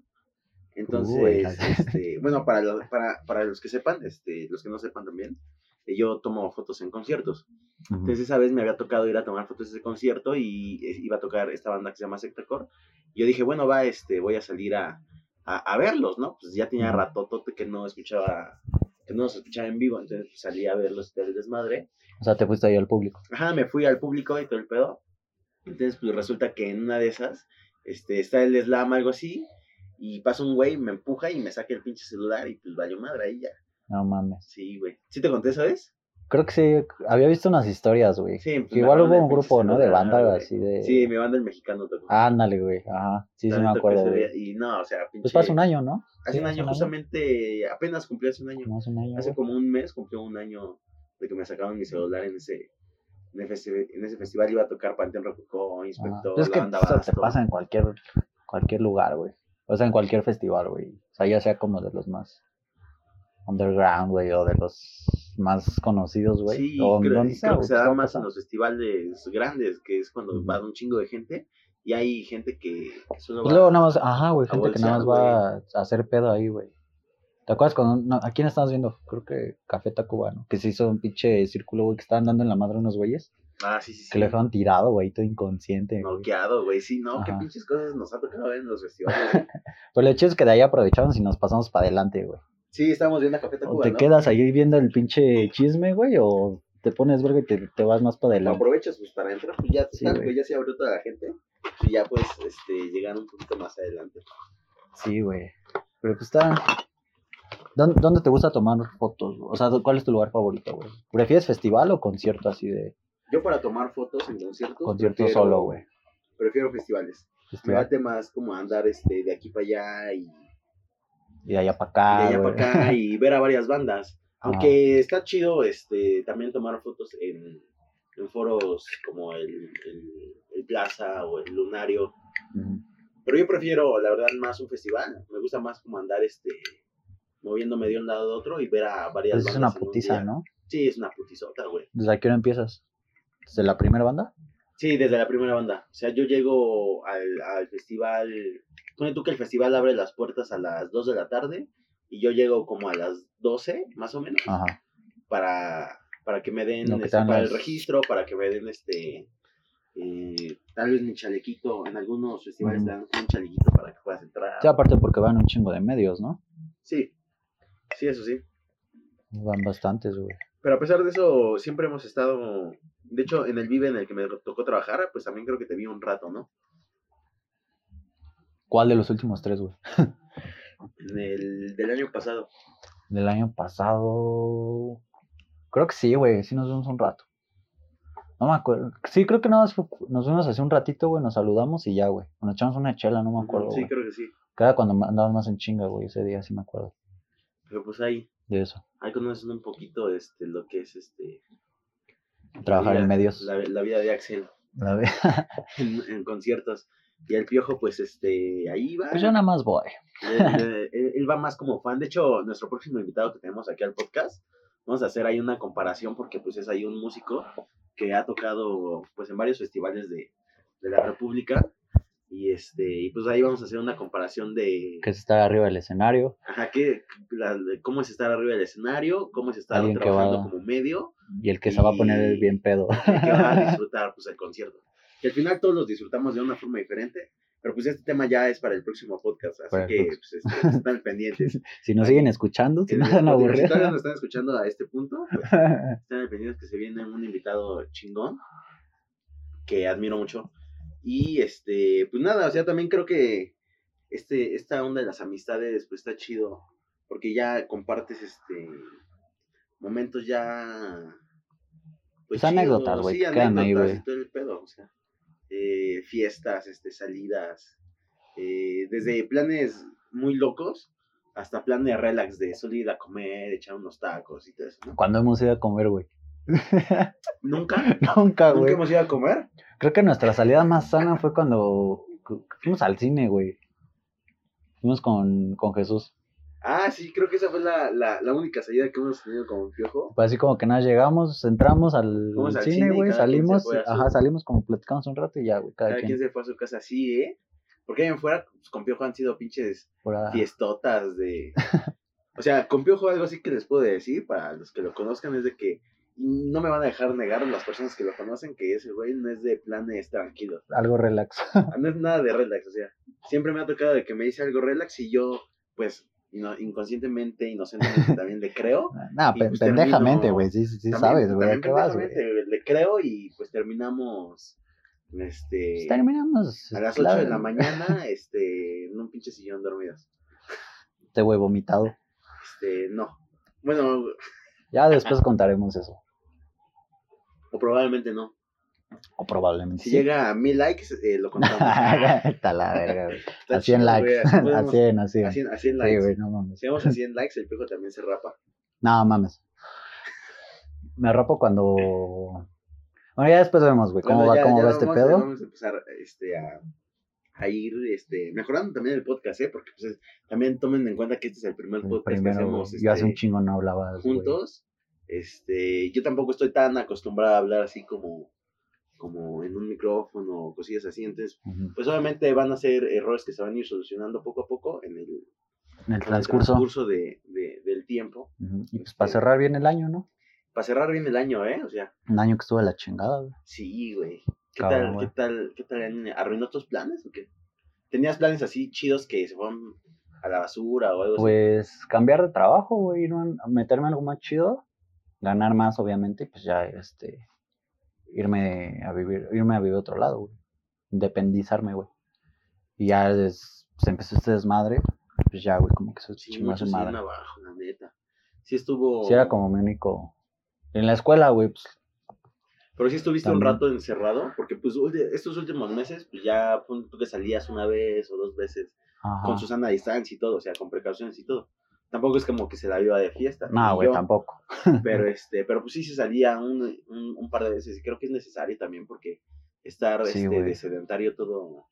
Speaker 1: Entonces,
Speaker 2: Uy, la-
Speaker 1: este, bueno, para, lo- para, para los que sepan, este, los que no sepan también, eh, yo tomo fotos en conciertos.
Speaker 2: Ujú.
Speaker 1: Entonces, esa vez me había tocado ir a tomar fotos de ese concierto y eh, iba a tocar esta banda que se llama Secta Core. Yo dije, bueno, va, este, voy a salir a, a, a verlos, ¿no? Pues ya tenía
Speaker 2: Ujú.
Speaker 1: ratotote que no escuchaba, que no los escuchaba en vivo, entonces pues, salí a verlos y tal, el desmadre.
Speaker 2: O sea, te fuiste ahí al público.
Speaker 1: Ajá, me fui al público y todo el pedo. Entonces, pues resulta que en una de esas, este, está el slam, algo así, y pasa un güey, me empuja y me saca el pinche celular y pues valió madre ahí ya.
Speaker 2: No mames.
Speaker 1: Sí, güey. ¿Sí te conté eso, es?
Speaker 2: Creo que sí. Había visto unas historias, güey.
Speaker 1: Sí, pues,
Speaker 2: Que igual
Speaker 1: me acuerdo
Speaker 2: hubo
Speaker 1: del
Speaker 2: un
Speaker 1: pinche
Speaker 2: grupo, ¿no? De
Speaker 1: celular,
Speaker 2: banda
Speaker 1: güey.
Speaker 2: así de.
Speaker 1: Sí, mi banda el mexicano tocó.
Speaker 2: Ándale, güey. Ajá. Sí, sí,
Speaker 1: También
Speaker 2: me
Speaker 1: tocó
Speaker 2: acuerdo,
Speaker 1: ese
Speaker 2: güey.
Speaker 1: día, Y no, o sea, pinche.
Speaker 2: Pues pasa un año, ¿no?
Speaker 1: Hace un
Speaker 2: sí, hace
Speaker 1: año,
Speaker 2: un año.
Speaker 1: justamente, apenas cumplió hace un año.
Speaker 2: Más un año.
Speaker 1: Hace
Speaker 2: güey.
Speaker 1: como un mes cumplió un año de que me sacaron mi celular en ese, en el festi- en ese festival. Iba a tocar Panteón Rococó,
Speaker 2: Ajá.
Speaker 1: Inspector,
Speaker 2: Pues es que
Speaker 1: la banda
Speaker 2: eso te
Speaker 1: Abasto.
Speaker 2: pasa en cualquier, cualquier lugar, güey. O sea, en cualquier festival, güey. O sea, ya sea como de los más underground, güey, o de los más conocidos, güey.
Speaker 1: Sí,
Speaker 2: o
Speaker 1: creo,
Speaker 2: donde
Speaker 1: creo
Speaker 2: sea,
Speaker 1: que
Speaker 2: güey,
Speaker 1: se
Speaker 2: pues,
Speaker 1: da
Speaker 2: va a
Speaker 1: más en
Speaker 2: pasar.
Speaker 1: los festivales grandes, que es cuando
Speaker 2: Ujú.
Speaker 1: va un chingo de gente y hay gente que, que solo
Speaker 2: Pues
Speaker 1: va-
Speaker 2: luego nada más, ajá, güey,
Speaker 1: a
Speaker 2: gente que nada más
Speaker 1: bolsear,
Speaker 2: va a hacer pedo ahí, güey. ¿Te acuerdas cuando, no, a quién estabas viendo? Creo que Café Tacuba, ¿no? Que se hizo un pinche círculo, güey, que estaban dando en la madre unos güeyes.
Speaker 1: Ah, sí, sí, sí.
Speaker 2: Que lo dejaron tirado, güey, todo inconsciente. güey.
Speaker 1: Noqueado, güey. Sí, no, qué
Speaker 2: Ajá.
Speaker 1: pinches cosas nos ha tocado ver en los festivales.
Speaker 2: [LAUGHS]
Speaker 1: güey.
Speaker 2: Pero lo hecho es que de ahí aprovechamos y nos pasamos para adelante, güey.
Speaker 1: sí, estábamos viendo a Café
Speaker 2: O
Speaker 1: Tacuba,
Speaker 2: te
Speaker 1: ¿no?
Speaker 2: quedas ahí viendo el pinche chisme, güey, o te pones verga y te, te vas más para
Speaker 1: Lo
Speaker 2: adelante.
Speaker 1: aprovechas pues para entrar, pues ya,
Speaker 2: Sí,
Speaker 1: tal,
Speaker 2: güey.
Speaker 1: güey, ya se abrió toda la gente y ya pues este, llegaron un poquito más adelante.
Speaker 2: Sí, güey. Pero pues está... ¿Dónde, dónde te gusta tomar fotos? güey? O sea, ¿cuál es tu lugar favorito, güey? ¿Prefieres festival o concierto así de
Speaker 1: Yo para tomar fotos en conciertos.
Speaker 2: concierto
Speaker 1: prefiero-
Speaker 2: solo, güey? Este,
Speaker 1: Prefiero festivales. Me
Speaker 2: Festival.
Speaker 1: late más como andar este, de aquí para allá y
Speaker 2: Y de allá para
Speaker 1: y
Speaker 2: acá,
Speaker 1: allá
Speaker 2: Ah, güey.
Speaker 1: para acá y ver a varias bandas.
Speaker 2: Ajá.
Speaker 1: Aunque está chido este también tomar fotos en, en foros como el, el- el Plaza o el Lunario.
Speaker 2: Ujú.
Speaker 1: Pero yo prefiero, la verdad, más un festival. Me gusta más como andar este moviéndome de un lado a otro y ver a varias
Speaker 2: Pues es una
Speaker 1: en un
Speaker 2: putiza,
Speaker 1: día.
Speaker 2: ¿no?
Speaker 1: Sí, es una putizota, güey.
Speaker 2: ¿Desde a qué hora empiezas? ¿Desde la primera banda?
Speaker 1: Sí, desde la primera banda. O sea, yo llego al, al festival. Pone tú que el festival abre las puertas a las 2 de la tarde y yo llego como a las 12, más o menos.
Speaker 2: Ajá.
Speaker 1: para, para que me den
Speaker 2: Lo que
Speaker 1: este,
Speaker 2: te dan
Speaker 1: para el
Speaker 2: las-
Speaker 1: registro, para que me den este eh, tal vez mi chalequito, en algunos festivales
Speaker 2: Ujú.
Speaker 1: te dan un chalequito para que puedas entrar.
Speaker 2: Sí, aparte porque van un chingo de medios, ¿no?
Speaker 1: Sí, sí, eso sí.
Speaker 2: Van bastantes, güey.
Speaker 1: Pero a pesar de eso, siempre hemos estado, de hecho, en el Vive en el que me tocó trabajar, pues también creo que te vi un rato, ¿no?
Speaker 2: ¿Cuál de los últimos tres, güey?
Speaker 1: En el del año pasado.
Speaker 2: Del año pasado. Creo que sí, güey. Sí nos vimos un rato. No me acuerdo. Sí, creo que nada más fu- nos vimos hace un ratito, güey. Nos saludamos y ya, güey. Nos echamos una chela, no me acuerdo,
Speaker 1: sí,
Speaker 2: güey.
Speaker 1: creo que sí.
Speaker 2: Cada cuando ma- andaban más en chinga, güey. Ese día sí me acuerdo
Speaker 1: Pero pues ahí,
Speaker 2: de eso.
Speaker 1: ahí conocen un poquito este lo que es este
Speaker 2: Trabajar
Speaker 1: la-
Speaker 2: en medios.
Speaker 1: la- Ah, la vida de Axel. [LAUGHS]
Speaker 2: La ve-
Speaker 1: en, en conciertos. Y el piojo, pues, este, ahí va.
Speaker 2: Pues yo nada más voy.
Speaker 1: Le- le- él, él va más como fan. De hecho, nuestro próximo invitado que tenemos aquí al podcast, vamos a hacer ahí una comparación porque, pues, es ahí un músico que ha tocado, pues, en varios festivales de, de la República. Y, este, y pues ahí vamos a hacer una comparación de
Speaker 2: Que es estar arriba del escenario.
Speaker 1: ajá, qué- la- de cómo es estar arriba del escenario, cómo es estar
Speaker 2: Alguien que
Speaker 1: trabajando
Speaker 2: va-
Speaker 1: como medio
Speaker 2: Y el que se va a poner
Speaker 1: Y-
Speaker 2: bien pedo. [LAUGHS]
Speaker 1: el que va a disfrutar pues, el concierto. Que al final todos los disfrutamos de una forma diferente, pero pues este tema ya es para el próximo podcast, así
Speaker 2: Para el
Speaker 1: que pues, este, están pendientes.
Speaker 2: Si nos siguen escuchando, [LAUGHS] si
Speaker 1: En
Speaker 2: no
Speaker 1: el
Speaker 2: se van a
Speaker 1: Spotify, Si
Speaker 2: aburrir.
Speaker 1: todavía nos están escuchando a este
Speaker 2: [LAUGHS]
Speaker 1: punto, pues, están pendientes que se viene un invitado chingón que admiro mucho. Y este, pues nada, o sea, también creo que este, esta onda de las amistades, pues está chido, porque ya compartes este momentos ya
Speaker 2: Pues, anécdotas, güey, que quedan ahí,
Speaker 1: anécdotas
Speaker 2: güey.
Speaker 1: y todo el pedo, o sea, eh, fiestas, este, salidas, eh, desde planes muy locos hasta planes relax de solo ir a comer, echar unos tacos y todo eso, ¿no?
Speaker 2: [LAUGHS] Cuando hemos ido a comer, güey. [LAUGHS]
Speaker 1: Nunca,
Speaker 2: Nunca,
Speaker 1: nunca
Speaker 2: güey.
Speaker 1: hemos ido a comer.
Speaker 2: Creo que nuestra salida más sana fue cuando cu- fuimos al cine, güey. Fuimos con, con Jesús.
Speaker 1: Ah, sí, creo que esa fue la, la, la única salida que hemos tenido con Piojo.
Speaker 2: Fue así como que nada, llegamos, entramos al,
Speaker 1: Fuimos al
Speaker 2: cine,
Speaker 1: cine y
Speaker 2: güey,
Speaker 1: cada quien se
Speaker 2: salimos,
Speaker 1: fue a su-
Speaker 2: ajá, salimos como platicamos un rato y ya, güey, cada,
Speaker 1: Cada
Speaker 2: quien,
Speaker 1: quien se fue a su casa así, ¿eh? Porque ahí en fuera, pues, con Piojo han sido pinches
Speaker 2: por a-
Speaker 1: fiestotas de... O sea, con Piojo algo así que les puedo decir, para los que lo conozcan, es de que no me van a dejar negar las personas que lo conocen que ese güey no es de planes tranquilos.
Speaker 2: algo relax.
Speaker 1: Ah, No es nada de relax, o sea, siempre me ha tocado de que me dice algo relax y yo, pues, no, inconscientemente,
Speaker 2: [LAUGHS]
Speaker 1: inocentemente también le creo.
Speaker 2: nada,
Speaker 1: Y
Speaker 2: pe-
Speaker 1: pues
Speaker 2: pendejamente,
Speaker 1: termino-
Speaker 2: güey, sí, sí, sí
Speaker 1: También-
Speaker 2: sabes, güey, ¿a
Speaker 1: también
Speaker 2: qué vas, güey?
Speaker 1: pendejamente, güey, Le creo y pues terminamos este
Speaker 2: Pues terminamos
Speaker 1: a las 8
Speaker 2: claro,
Speaker 1: de la
Speaker 2: [LAUGHS]
Speaker 1: mañana este en un pinche sillón dormidos.
Speaker 2: Este güey vomitado.
Speaker 1: Este, no. Bueno,
Speaker 2: Ya después contaremos eso,
Speaker 1: o probablemente no.
Speaker 2: o probablemente
Speaker 1: Si
Speaker 2: sí.
Speaker 1: llega a mil likes, eh, lo contamos.
Speaker 2: [LAUGHS] Está la verga, güey.
Speaker 1: Está
Speaker 2: A 100
Speaker 1: chido,
Speaker 2: likes.
Speaker 1: güey, así
Speaker 2: A
Speaker 1: podemos-
Speaker 2: 100, [LAUGHS] así.
Speaker 1: a
Speaker 2: Sí,
Speaker 1: 100 a 100 likes.
Speaker 2: güey, no mames.
Speaker 1: Si
Speaker 2: [LAUGHS]
Speaker 1: llegamos a 100 likes, el pico también se rapa.
Speaker 2: No mames. Me rapo cuando. Bueno, ya después vemos, güey, cómo
Speaker 1: Bueno,
Speaker 2: va,
Speaker 1: ya-
Speaker 2: cómo
Speaker 1: ya
Speaker 2: va este
Speaker 1: vamos a-
Speaker 2: pedo.
Speaker 1: Vamos a empezar este, a, a ir este, mejorando también el podcast, ¿eh? Porque pues, es- también tomen en cuenta que este es el primer
Speaker 2: El
Speaker 1: podcast
Speaker 2: primero,
Speaker 1: que hacemos
Speaker 2: güey. yo hace
Speaker 1: este,
Speaker 2: un chingo no hablaba.
Speaker 1: juntos. Este, yo tampoco estoy tan acostumbrado a hablar así como, como en un micrófono o cosillas así. Entonces, pues obviamente van a ser errores que se van a ir solucionando poco a poco en el, en
Speaker 2: En el
Speaker 1: el
Speaker 2: transcurso.
Speaker 1: transcurso de- de- del tiempo.
Speaker 2: Ujú. Y pues para cerrar bien el año, ¿no?
Speaker 1: Para cerrar bien el año, ¿eh? O sea,
Speaker 2: Un año que estuvo de la chingada, güey.
Speaker 1: sí, güey. ¿Qué
Speaker 2: Cabrón,
Speaker 1: tal,
Speaker 2: güey.
Speaker 1: qué tal, qué tal? ¿Arruinó tus planes o qué? ¿Tenías planes así chidos que se fueron a la basura o algo así?
Speaker 2: Pues cambiar de trabajo, güey, ir a un- a meterme en algo más chido, ganar más, obviamente, y pues ya, este, irme a vivir, irme a vivir a otro lado, güey. Independizarme, güey. Y ya des- pues, empezó este desmadre, pues ya, güey, como que eso
Speaker 1: pues Sí,
Speaker 2: chingó a su
Speaker 1: muchos siguen
Speaker 2: madre.
Speaker 1: abajo, la neta. Sí estuvo...
Speaker 2: Sí, era como mi único. En la escuela, güey, pues
Speaker 1: Pero sí estuviste un
Speaker 2: También.
Speaker 1: rato encerrado, porque pues ulti- estos últimos meses, pues ya pon tú que salías una vez o dos veces
Speaker 2: ajá.
Speaker 1: con Susana a distancia y todo, o sea, con precauciones y todo. Tampoco es como que se la viva de fiesta.
Speaker 2: No,
Speaker 1: ni
Speaker 2: güey,
Speaker 1: yo,
Speaker 2: tampoco.
Speaker 1: Pero, este, pero pues sí se salía un, un, un par de veces y creo que es necesario también porque estar
Speaker 2: Sí,
Speaker 1: este,
Speaker 2: güey.
Speaker 1: de sedentario todo,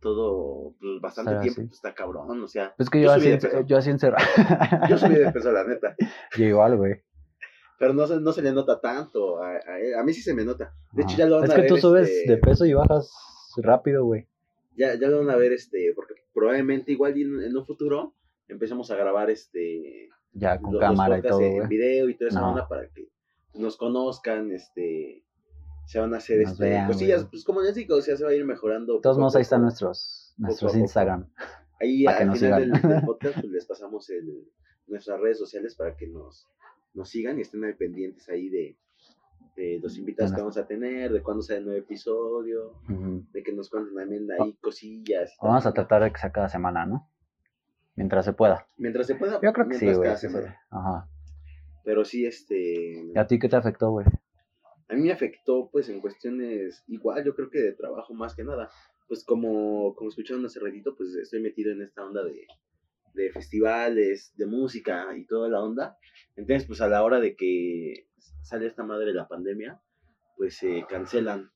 Speaker 1: todo pues, bastante
Speaker 2: Estar
Speaker 1: tiempo
Speaker 2: así.
Speaker 1: pues, está cabrón, o sea,
Speaker 2: Es que
Speaker 1: Yo
Speaker 2: yo,
Speaker 1: subí
Speaker 2: así,
Speaker 1: de
Speaker 2: ence-
Speaker 1: peso.
Speaker 2: yo así encerrado.
Speaker 1: yo subí de peso, la neta.
Speaker 2: [LAUGHS] Yo igual, güey.
Speaker 1: Pero no se, no se le nota tanto, a, a él. a mí sí se me nota. De hecho,
Speaker 2: Ajá.
Speaker 1: ya lo van
Speaker 2: Ah, Es
Speaker 1: a
Speaker 2: que
Speaker 1: ver,
Speaker 2: tú subes
Speaker 1: este,
Speaker 2: de peso y bajas rápido, güey.
Speaker 1: ya, ya lo van a ver, este, porque probablemente igual y en, en un futuro empecemos a grabar este
Speaker 2: Ya con
Speaker 1: los- los
Speaker 2: cámara y
Speaker 1: podcasts
Speaker 2: todo,
Speaker 1: en,
Speaker 2: güey.
Speaker 1: video y toda esa
Speaker 2: No.
Speaker 1: onda para que nos conozcan, este, se van a hacer
Speaker 2: Nos
Speaker 1: este,
Speaker 2: vean,
Speaker 1: cosillas,
Speaker 2: güey.
Speaker 1: pues como les digo, o sea, se va a ir mejorando.
Speaker 2: De todos
Speaker 1: poco a
Speaker 2: modos, ahí
Speaker 1: poco.
Speaker 2: están nuestros, nuestros
Speaker 1: a poco.
Speaker 2: Instagram.
Speaker 1: Ahí
Speaker 2: para que
Speaker 1: al
Speaker 2: nos
Speaker 1: final del,
Speaker 2: sigan. [LAUGHS]
Speaker 1: del podcast pues, les pasamos el- nuestras redes sociales para que nos, nos sigan y estén al pendientes ahí de, de los invitados que vamos
Speaker 2: Buenas.
Speaker 1: a tener, de cuándo sale el nuevo episodio,
Speaker 2: Ujú.
Speaker 1: de que nos cuenten también ahí cosillas. y
Speaker 2: Vamos
Speaker 1: tal.
Speaker 2: a tratar de que sea cada semana, ¿no? Mientras se pueda.
Speaker 1: Mientras se pueda.
Speaker 2: Yo creo que sí,
Speaker 1: mientras
Speaker 2: güey.
Speaker 1: cada
Speaker 2: sí, sí.
Speaker 1: semana.
Speaker 2: Ajá.
Speaker 1: Pero sí, este.
Speaker 2: ¿Y a ti qué te afectó, güey?
Speaker 1: A mí me afectó, pues, en cuestiones. Igual, yo creo que de trabajo más que nada. Pues, como, como escucharon hace ratito, pues estoy metido en esta onda de, de festivales, de música y toda la onda. Entonces, pues, a la hora de que sale esta madre de la pandemia, pues se cancelan.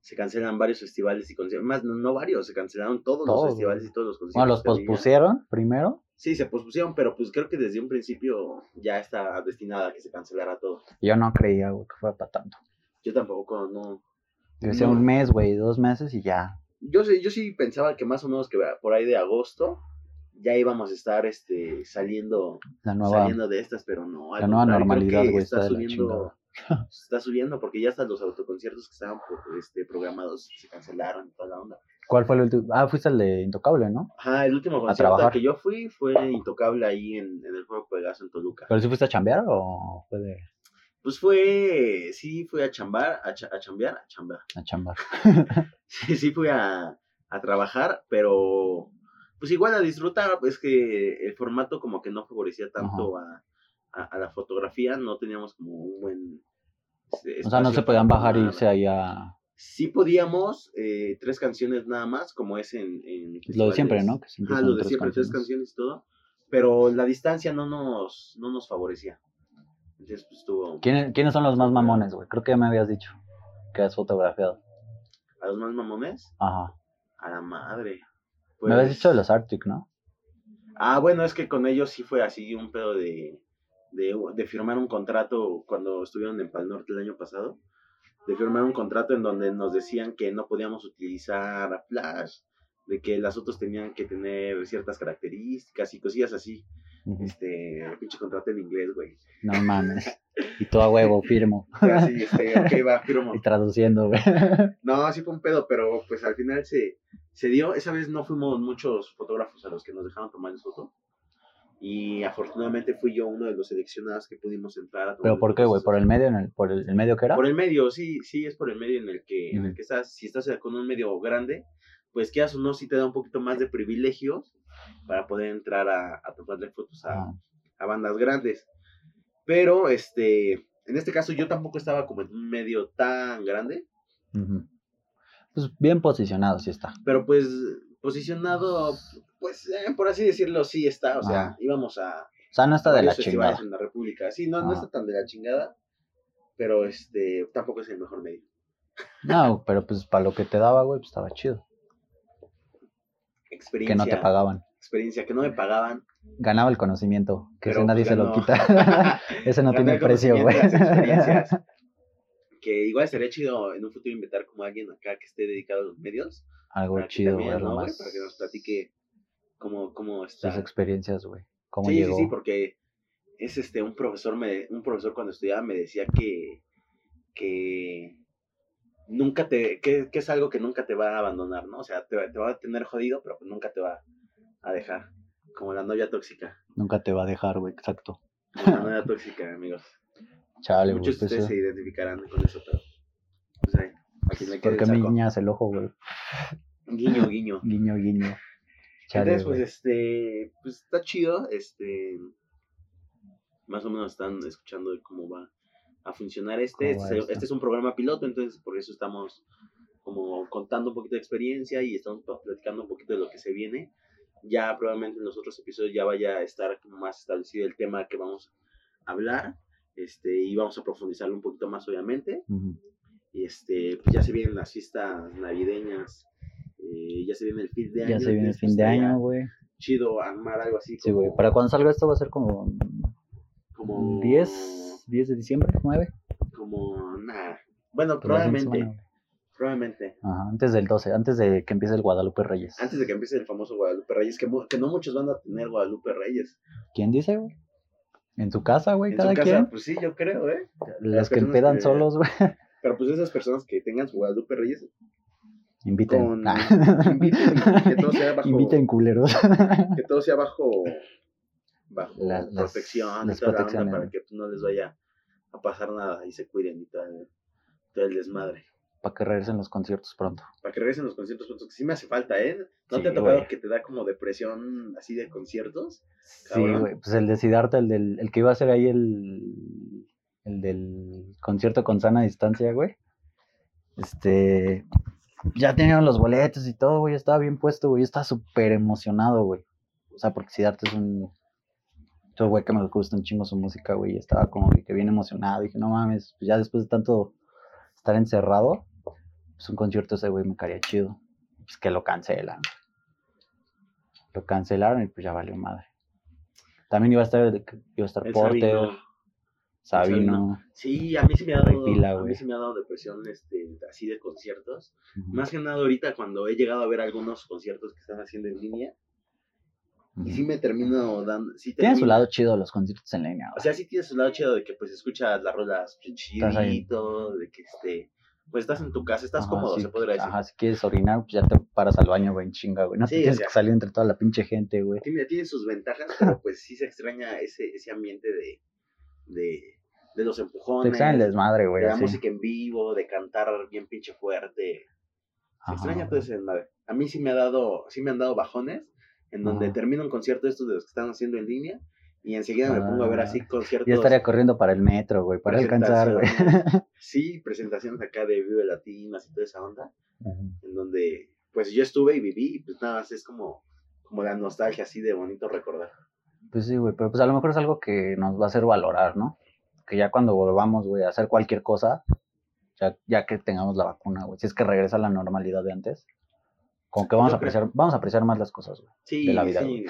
Speaker 1: Se cancelan varios festivales y conciertos. Más, no, no varios, se cancelaron todos,
Speaker 2: Todos,
Speaker 1: los festivales
Speaker 2: güey.
Speaker 1: y todos los conciertos.
Speaker 2: Bueno, los
Speaker 1: que tenían.
Speaker 2: pospusieron primero
Speaker 1: Sí, se pospusieron, pero pues creo que desde un principio ya está destinada a que se cancelara todo.
Speaker 2: y yo no creía, güey, que fuera para tanto.
Speaker 1: Yo tampoco, no.
Speaker 2: Yo decía
Speaker 1: No.
Speaker 2: un mes, güey, dos meses y ya.
Speaker 1: Yo sí, yo sí pensaba que más o menos que por ahí de agosto ya íbamos a estar este saliendo,
Speaker 2: La nueva.
Speaker 1: saliendo de estas, pero no. al
Speaker 2: La nueva
Speaker 1: contrario, creo
Speaker 2: normalidad,
Speaker 1: que
Speaker 2: güey,
Speaker 1: está,
Speaker 2: está de la
Speaker 1: subiendo. [LAUGHS] Está subiendo porque ya hasta los autoconciertos que estaban por- este, programados se cancelaron y toda la onda.
Speaker 2: ¿Cuál fue el último? Ah, fuiste el de Intocable, ¿no?
Speaker 1: Ajá, el último concierto al
Speaker 2: trabajar.
Speaker 1: que yo fui fue Intocable ahí en, en el Juego Pegaso en Toluca.
Speaker 2: ¿Pero sí fuiste a chambear o fue de
Speaker 1: Pues fue, sí, fue a chambar, a, cha- a chambear, a chambear.
Speaker 2: a chambear?
Speaker 1: sí, sí fui a, a trabajar, pero pues igual a disfrutar, pues que el formato como que no favorecía tanto a, a, a la fotografía, no teníamos como un buen... este,
Speaker 2: O sea, no
Speaker 1: espacio
Speaker 2: se podían
Speaker 1: para
Speaker 2: bajar e
Speaker 1: tomar.
Speaker 2: irse ahí a
Speaker 1: Sí podíamos, eh, tres canciones nada más, como es en... en
Speaker 2: lo de
Speaker 1: festivales.
Speaker 2: siempre, ¿no? Que siempre
Speaker 1: Ah,
Speaker 2: son
Speaker 1: lo de
Speaker 2: tres
Speaker 1: siempre, tres
Speaker 2: canciones.
Speaker 1: canciones y todo, pero la distancia no nos, no nos favorecía. Entonces, pues estuvo...
Speaker 2: ¿Quiénes, quiénes son los más mamones, güey? Creo que ya me habías dicho que has fotografiado.
Speaker 1: A los más mamones,
Speaker 2: Ajá.
Speaker 1: a la madre.
Speaker 2: Me habías
Speaker 1: Pues-
Speaker 2: dicho de los Arctic, ¿no?
Speaker 1: Ah, bueno, es que con ellos sí fue así un pedo de, de, de firmar un contrato cuando estuvieron en Pal Norte el año pasado. De firmar un contrato en donde nos decían que no podíamos utilizar Flash, de que las otras tenían que tener ciertas características y cosillas así.
Speaker 2: Ujú.
Speaker 1: Este, pinche contrato en inglés, güey.
Speaker 2: No mames. [LAUGHS] Y todo a huevo, firmo.
Speaker 1: Fue Así, este, ok, va, firmo.
Speaker 2: Y traduciendo,
Speaker 1: [LAUGHS]
Speaker 2: güey.
Speaker 1: No, sí fue un pedo, pero pues al final se, se dio. Esa vez no fuimos muchos fotógrafos a los que nos dejaron tomar el foto. Y afortunadamente fui yo uno de los seleccionados que pudimos entrar a tomar
Speaker 2: ¿Pero por qué, güey?
Speaker 1: fotos.
Speaker 2: ¿Por el medio, en el, por el, el medio que era?
Speaker 1: Por el medio, sí, sí, es por el medio en el que, en el
Speaker 2: Ujú.
Speaker 1: que estás. Si estás con un medio grande, pues quieras o no, sí te da un poquito más de privilegios para poder entrar a, a tomarle fotos a,
Speaker 2: Ah,
Speaker 1: a bandas grandes. Pero, este, en este caso yo tampoco estaba como en un medio tan grande.
Speaker 2: ujú. Pues bien posicionado, sí está.
Speaker 1: pero pues posicionado, pues eh, por así decirlo, sí está, o sea,
Speaker 2: Ajá.
Speaker 1: íbamos a
Speaker 2: O sea, no Ah. está de la
Speaker 1: varios festivales
Speaker 2: chingada. Ah.
Speaker 1: en la República, sí, no, no
Speaker 2: Ajá.
Speaker 1: está tan de la chingada, pero este, tampoco es el mejor medio.
Speaker 2: No, pero pues para lo que te daba, güey, pues estaba chido.
Speaker 1: experiencia.
Speaker 2: que no te pagaban.
Speaker 1: Experiencia que no me pagaban.
Speaker 2: Ganaba el conocimiento, que
Speaker 1: Pero,
Speaker 2: ese nadie
Speaker 1: pues,
Speaker 2: se lo
Speaker 1: ganó. [LAUGHS]
Speaker 2: quita. ese [LAUGHS] no
Speaker 1: Ganar
Speaker 2: tiene precio, güey.
Speaker 1: conocimiento de las experiencias. que igual sería chido en un futuro inventar como alguien acá que esté dedicado a los medios.
Speaker 2: [LAUGHS] Algo
Speaker 1: para que
Speaker 2: chido,
Speaker 1: también,
Speaker 2: güey.
Speaker 1: ¿no,
Speaker 2: lo
Speaker 1: güey?
Speaker 2: más-
Speaker 1: Para que nos platique cómo, cómo está.
Speaker 2: Sus experiencias, güey. ¿Cómo
Speaker 1: sí,
Speaker 2: llegó?
Speaker 1: sí, sí, porque es este, un profesor, me, un profesor cuando estudiaba me decía que, que nunca te, que, que es algo que nunca te va a abandonar, ¿no? O sea, te, va- te va a tener jodido, pero pues nunca te va a dejar. Como la novia tóxica.
Speaker 2: Nunca te va a dejar, güey, exacto.
Speaker 1: Como
Speaker 2: [LAUGHS]
Speaker 1: la novia tóxica, amigos.
Speaker 2: Chale, güey.
Speaker 1: Muchos de
Speaker 2: pues,
Speaker 1: ustedes
Speaker 2: eh,
Speaker 1: se identificarán con eso, pero. Pues ahí, a quien le quede
Speaker 2: porque
Speaker 1: el
Speaker 2: me
Speaker 1: saco.
Speaker 2: guiñas el ojo, güey.
Speaker 1: Guiño, guiño.
Speaker 2: Guiño, guiño. Chale,
Speaker 1: Entonces, pues,
Speaker 2: güey.
Speaker 1: este, pues está chido, este, más o menos están escuchando de cómo va a funcionar este.
Speaker 2: ¿Cómo
Speaker 1: Este,
Speaker 2: va
Speaker 1: es-
Speaker 2: esto?
Speaker 1: este es un programa piloto, entonces por eso estamos como contando un poquito de experiencia y estamos pl- platicando un poquito de lo que se viene. Ya probablemente en los otros episodios ya vaya a estar como más establecido el tema que vamos a hablar, este, y vamos a profundizarlo un poquito más, obviamente.
Speaker 2: Ujú.
Speaker 1: Y este, pues ya se vienen las fiestas navideñas, eh, ya se viene el fin de año.
Speaker 2: Ya se viene el
Speaker 1: entonces, pues,
Speaker 2: fin de
Speaker 1: estaría-
Speaker 2: año, güey.
Speaker 1: chido armar algo así
Speaker 2: Sí,
Speaker 1: como,
Speaker 2: güey. Para cuando salga esto va a ser como
Speaker 1: como
Speaker 2: 10, 10 de diciembre, 9.
Speaker 1: como nada bueno probablemente probablemente
Speaker 2: Ajá, antes del 12, antes de que empiece el Guadalupe Reyes.
Speaker 1: antes de que empiece el famoso Guadalupe Reyes que, mu- que no muchos van a tener Guadalupe Reyes
Speaker 2: ¿Quién dice, güey? En tu casa, güey,
Speaker 1: en su
Speaker 2: cada
Speaker 1: casa
Speaker 2: quien.
Speaker 1: pues sí yo creo eh
Speaker 2: Los que
Speaker 1: personas
Speaker 2: empedan
Speaker 1: que-
Speaker 2: solos, güey, [LAUGHS]
Speaker 1: pero pues esas personas que tengan su Guadalupe Reyes
Speaker 2: inviten.
Speaker 1: Con-
Speaker 2: Ah.
Speaker 1: inviten, que todo sea bajo-
Speaker 2: Inviten culeros. [LAUGHS]
Speaker 1: que todo sea bajo bajo
Speaker 2: La- las-
Speaker 1: protección y
Speaker 2: las
Speaker 1: toda la onda
Speaker 2: protecciones,
Speaker 1: para
Speaker 2: ¿no?
Speaker 1: que pues, no les vaya a pasar nada y se cuiden y todo el, todo el desmadre
Speaker 2: Para que regresen los conciertos pronto.
Speaker 1: para que regresen los conciertos pronto, que sí me hace falta, ¿eh? ¿No
Speaker 2: Sí,
Speaker 1: te ha tocado
Speaker 2: güey.
Speaker 1: que te da como depresión así de conciertos?
Speaker 2: Sí,
Speaker 1: Cabrón.
Speaker 2: güey. Pues el de Siddhartha, el, del, el que iba a ser ahí el, el del concierto con sana distancia, güey. Este. Ya tenían los boletos y todo, güey. Estaba bien puesto, güey. Yo estaba súper emocionado, güey. O sea, porque Siddhartha es un. Es un güey que me gusta un chingo su música, güey. y Estaba como que bien emocionado. Dije, no mames, pues ya después de tanto estar encerrado, pues un concierto ese, güey, me caería chido. Pues que lo cancelan. Lo cancelaron y pues ya valió madre. También iba a estar, iba a estar
Speaker 1: El
Speaker 2: Porter,
Speaker 1: Sabino.
Speaker 2: Sabino.
Speaker 1: Sí, a mí sí me ha dado,
Speaker 2: Pila,
Speaker 1: a mí
Speaker 2: güey.
Speaker 1: sí me ha dado depresión este, así de conciertos.
Speaker 2: Ujú,
Speaker 1: Más que nada ahorita cuando he llegado a ver algunos conciertos que están haciendo en línea,
Speaker 2: ujú.
Speaker 1: y sí me termino dando... Sí
Speaker 2: Tiene su
Speaker 1: termino-
Speaker 2: lado chido los conciertos en línea.
Speaker 1: O
Speaker 2: güey.
Speaker 1: sea, sí tiene su lado chido de que pues escuchas las rolas
Speaker 2: ahí.
Speaker 1: chidito, de que este... Pues estás en tu casa, estás
Speaker 2: Ajá,
Speaker 1: cómodo,
Speaker 2: sí,
Speaker 1: se podría decir.
Speaker 2: Ajá, si quieres orinar, pues ya te paras al baño, güey, en chinga, güey. No
Speaker 1: Sí,
Speaker 2: te
Speaker 1: o
Speaker 2: tienes
Speaker 1: sea.
Speaker 2: que salir entre toda la pinche gente, güey.
Speaker 1: Sí, mira, tiene sus ventajas, pero pues sí se extraña ese, ese ambiente de, de, de los
Speaker 2: Te Pues,
Speaker 1: empujones,
Speaker 2: extraña el desmadre, güey.
Speaker 1: de la
Speaker 2: así.
Speaker 1: música en vivo, de cantar bien pinche fuerte. Se
Speaker 2: Ajá,
Speaker 1: extraña todo
Speaker 2: güey.
Speaker 1: ese desmadre. A mí sí me ha dado, sí me han dado bajones en donde
Speaker 2: Ajá.
Speaker 1: termino un concierto de estos de los que están haciendo en línea y enseguida me pongo a ver
Speaker 2: Ah,
Speaker 1: así conciertos.
Speaker 2: Yo estaría corriendo para el metro, güey, para alcanzar, güey. [LAUGHS]
Speaker 1: presentaciones. Sí, presentaciones acá de Vive Latinas y toda esa onda,
Speaker 2: Ujú.
Speaker 1: en donde pues yo estuve y viví y pues nada más es como, como la nostalgia así de bonito recordar.
Speaker 2: Pues sí, güey, pero pues a lo mejor es algo que nos va a hacer valorar, ¿no? Que ya cuando volvamos, güey, a hacer cualquier cosa, ya, ya que tengamos la vacuna, güey, si es que regresa a la normalidad de antes, como que vamos
Speaker 1: Yo
Speaker 2: a apreciar, vamos a apreciar más las cosas, güey.
Speaker 1: Sí,
Speaker 2: de la vida, [LAUGHS]
Speaker 1: sí.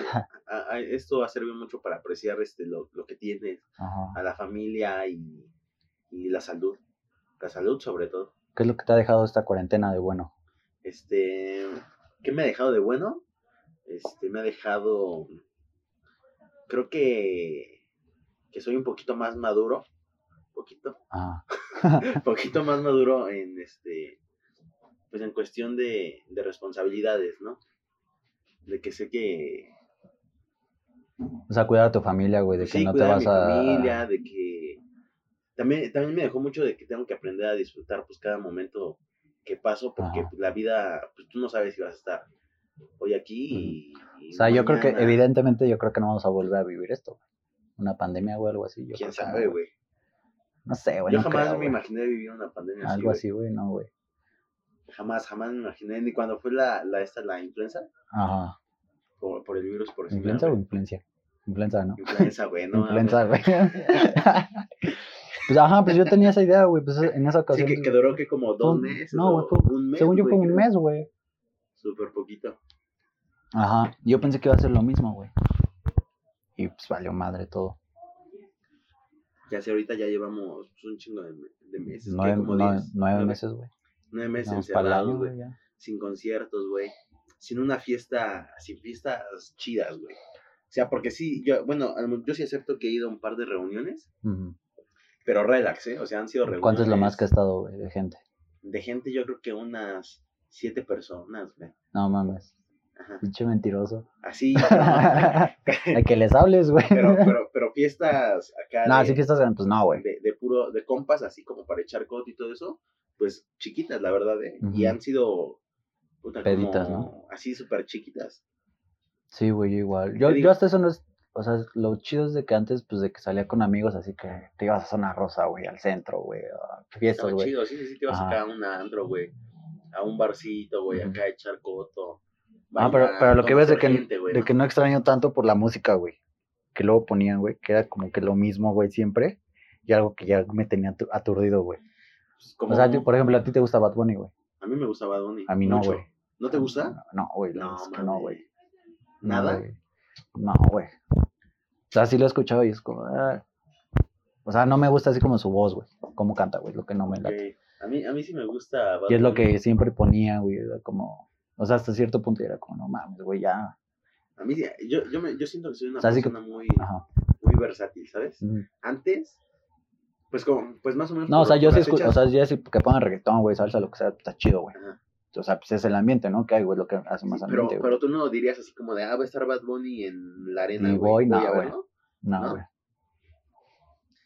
Speaker 1: A- a- esto ha servido mucho para apreciar este, lo, lo que tienes
Speaker 2: Ajá.
Speaker 1: a la familia y, y la salud. La salud, sobre todo.
Speaker 2: ¿Qué es lo que te ha dejado esta cuarentena de bueno?
Speaker 1: Este, ¿Qué me ha dejado de bueno? Este, me ha dejado. Creo que. Que soy un poquito más maduro. Poquito. [LAUGHS]
Speaker 2: Ah,
Speaker 1: poquito más maduro en este. Pues en cuestión de, de responsabilidades, ¿no? De que sé que.
Speaker 2: o sea, cuidar a tu familia, güey, pues, de
Speaker 1: Pues
Speaker 2: que
Speaker 1: sí,
Speaker 2: no te
Speaker 1: cuidar a
Speaker 2: vas
Speaker 1: mi
Speaker 2: a...
Speaker 1: familia, de que también, también me dejó mucho de que tengo que aprender a disfrutar pues cada momento que paso, porque
Speaker 2: Ajá.
Speaker 1: pues, la vida, pues tú no sabes si vas a estar hoy aquí y, y
Speaker 2: O sea, yo creo que,
Speaker 1: mañana.
Speaker 2: evidentemente, yo creo que no vamos a volver a vivir esto, güey. Una pandemia, güey, algo así. Yo creo
Speaker 1: quién
Speaker 2: que no,
Speaker 1: sabe, güey.
Speaker 2: No sé, güey.
Speaker 1: Yo
Speaker 2: no
Speaker 1: jamás
Speaker 2: creo,
Speaker 1: me
Speaker 2: güey.
Speaker 1: imaginé vivir una pandemia
Speaker 2: Algo
Speaker 1: así,
Speaker 2: así, güey, no, güey.
Speaker 1: güey. Jamás, jamás me imaginé, ni cuando fue la, la esta la influenza,
Speaker 2: Ajá.
Speaker 1: por, por el virus, por ejemplo.
Speaker 2: ¿Influenza o influencia? Influenza, ¿no?
Speaker 1: Influenza, güey, Pues no. mames.
Speaker 2: [LAUGHS] influenza, güey. pues ajá, pues yo tenía esa idea, güey. Pues en
Speaker 1: Sí,
Speaker 2: esa ocasión.
Speaker 1: que, que duró que como dos
Speaker 2: Fue-
Speaker 1: meses.
Speaker 2: Pues, no,
Speaker 1: o
Speaker 2: güey, fue-
Speaker 1: un mes,
Speaker 2: según yo
Speaker 1: güey,
Speaker 2: fue un
Speaker 1: creo.
Speaker 2: mes, güey.
Speaker 1: Súper poquito.
Speaker 2: Ajá, yo pensé que iba a ser lo mismo, güey. Y pues valió madre todo.
Speaker 1: Ya sé, ahorita ya llevamos pues, un chingo de, me- de meses.
Speaker 2: Nueve,
Speaker 1: ¿qué? Como
Speaker 2: nueve-
Speaker 1: diez,
Speaker 2: nueve meses, güey.
Speaker 1: Nueve meses
Speaker 2: Vamos para el
Speaker 1: encerrados,
Speaker 2: año,
Speaker 1: güey.
Speaker 2: güey, ya.
Speaker 1: Sin conciertos, güey. Sin una fiesta, sin fiestas chidas, güey. O sea, porque sí, yo, bueno, a lo mejor yo sí acepto que he ido a un par de reuniones,
Speaker 2: Ujú.
Speaker 1: pero relax, ¿eh? O sea, han sido reuniones.
Speaker 2: ¿Cuánto es lo más que ha estado, güey, de gente?
Speaker 1: De gente, yo creo que unas siete personas, güey.
Speaker 2: No mames,
Speaker 1: Ajá. [LAUGHS]
Speaker 2: pinche mentiroso. [LAUGHS]
Speaker 1: Así.
Speaker 2: A que les hables, güey. [LAUGHS]
Speaker 1: pero, pues, pero, pero fiestas acá.
Speaker 2: No,
Speaker 1: de-
Speaker 2: así fiestas grandes, pues no, güey.
Speaker 1: de, de puro, de compas, así como para echar coto y todo eso, pues chiquitas, la verdad, ¿eh? Y
Speaker 2: Ujú.
Speaker 1: han sido puta, como
Speaker 2: Peditas, ¿no?
Speaker 1: así súper chiquitas.
Speaker 2: Sí, güey, yo igual. Yo,
Speaker 1: digo-
Speaker 2: yo hasta eso no es. O sea, lo chido es de que antes, pues de que salía con amigos, así que te ibas a zona rosa, güey, al centro, güey, a fiestas,
Speaker 1: Estaba
Speaker 2: güey.
Speaker 1: chido, sí, sí, sí, te vas
Speaker 2: Ajá.
Speaker 1: acá a un andro, güey, a un barcito, güey,
Speaker 2: Ujú.
Speaker 1: acá a echar coto.
Speaker 2: Ah, pero,
Speaker 1: bailar,
Speaker 2: pero lo que ves de que,
Speaker 1: conocer gente, güey,
Speaker 2: de
Speaker 1: ¿no?
Speaker 2: que no extraño tanto por la música, güey. Que luego ponían, güey, que era como que lo mismo, güey, siempre. Y algo que ya me tenía atu- aturdido, güey.
Speaker 1: Pues,
Speaker 2: O
Speaker 1: como-
Speaker 2: sea, tú, por ejemplo, a ti te gusta Bad Bunny, güey.
Speaker 1: a mí me gusta Bad Bunny,
Speaker 2: A mí no,
Speaker 1: mucho.
Speaker 2: güey.
Speaker 1: ¿No te gusta?
Speaker 2: No, güey, la verdad es que no,
Speaker 1: mames.
Speaker 2: güey. No,
Speaker 1: ¿Nada?
Speaker 2: güey. No, güey. O sea, sí lo he escuchado y es como. ah. O sea, no me gusta así como su voz, güey. Cómo canta, güey, lo que no me late.
Speaker 1: Ok. A mí, a mí sí me gusta Bad
Speaker 2: Y es lo
Speaker 1: Bunny.
Speaker 2: que siempre ponía, güey, era como, o sea, hasta cierto punto era como, no mames, güey, ya.
Speaker 1: A mí, sí- yo, yo, me- yo siento que soy una
Speaker 2: O sea, así que-
Speaker 1: persona muy,
Speaker 2: Ajá.
Speaker 1: muy versátil, ¿sabes?
Speaker 2: Mm.
Speaker 1: antes, pues como, pues más o menos.
Speaker 2: No, o
Speaker 1: por-
Speaker 2: sea, yo
Speaker 1: por
Speaker 2: sí
Speaker 1: las
Speaker 2: escucho, o
Speaker 1: fechas-
Speaker 2: sea, ya sí que pongan reggaetón, güey, salsa, lo que sea, está chido, güey.
Speaker 1: Ajá.
Speaker 2: O sea, pues es el ambiente, ¿no? Que hay, güey, lo que hace más
Speaker 1: Sí, pero,
Speaker 2: ambiente, güey.
Speaker 1: pero tú no dirías así como de, ah, va a estar Bad Bunny en la arena.
Speaker 2: Ni
Speaker 1: güey,
Speaker 2: voy, no,
Speaker 1: a
Speaker 2: güey.
Speaker 1: verlo". ¿no?
Speaker 2: No, güey.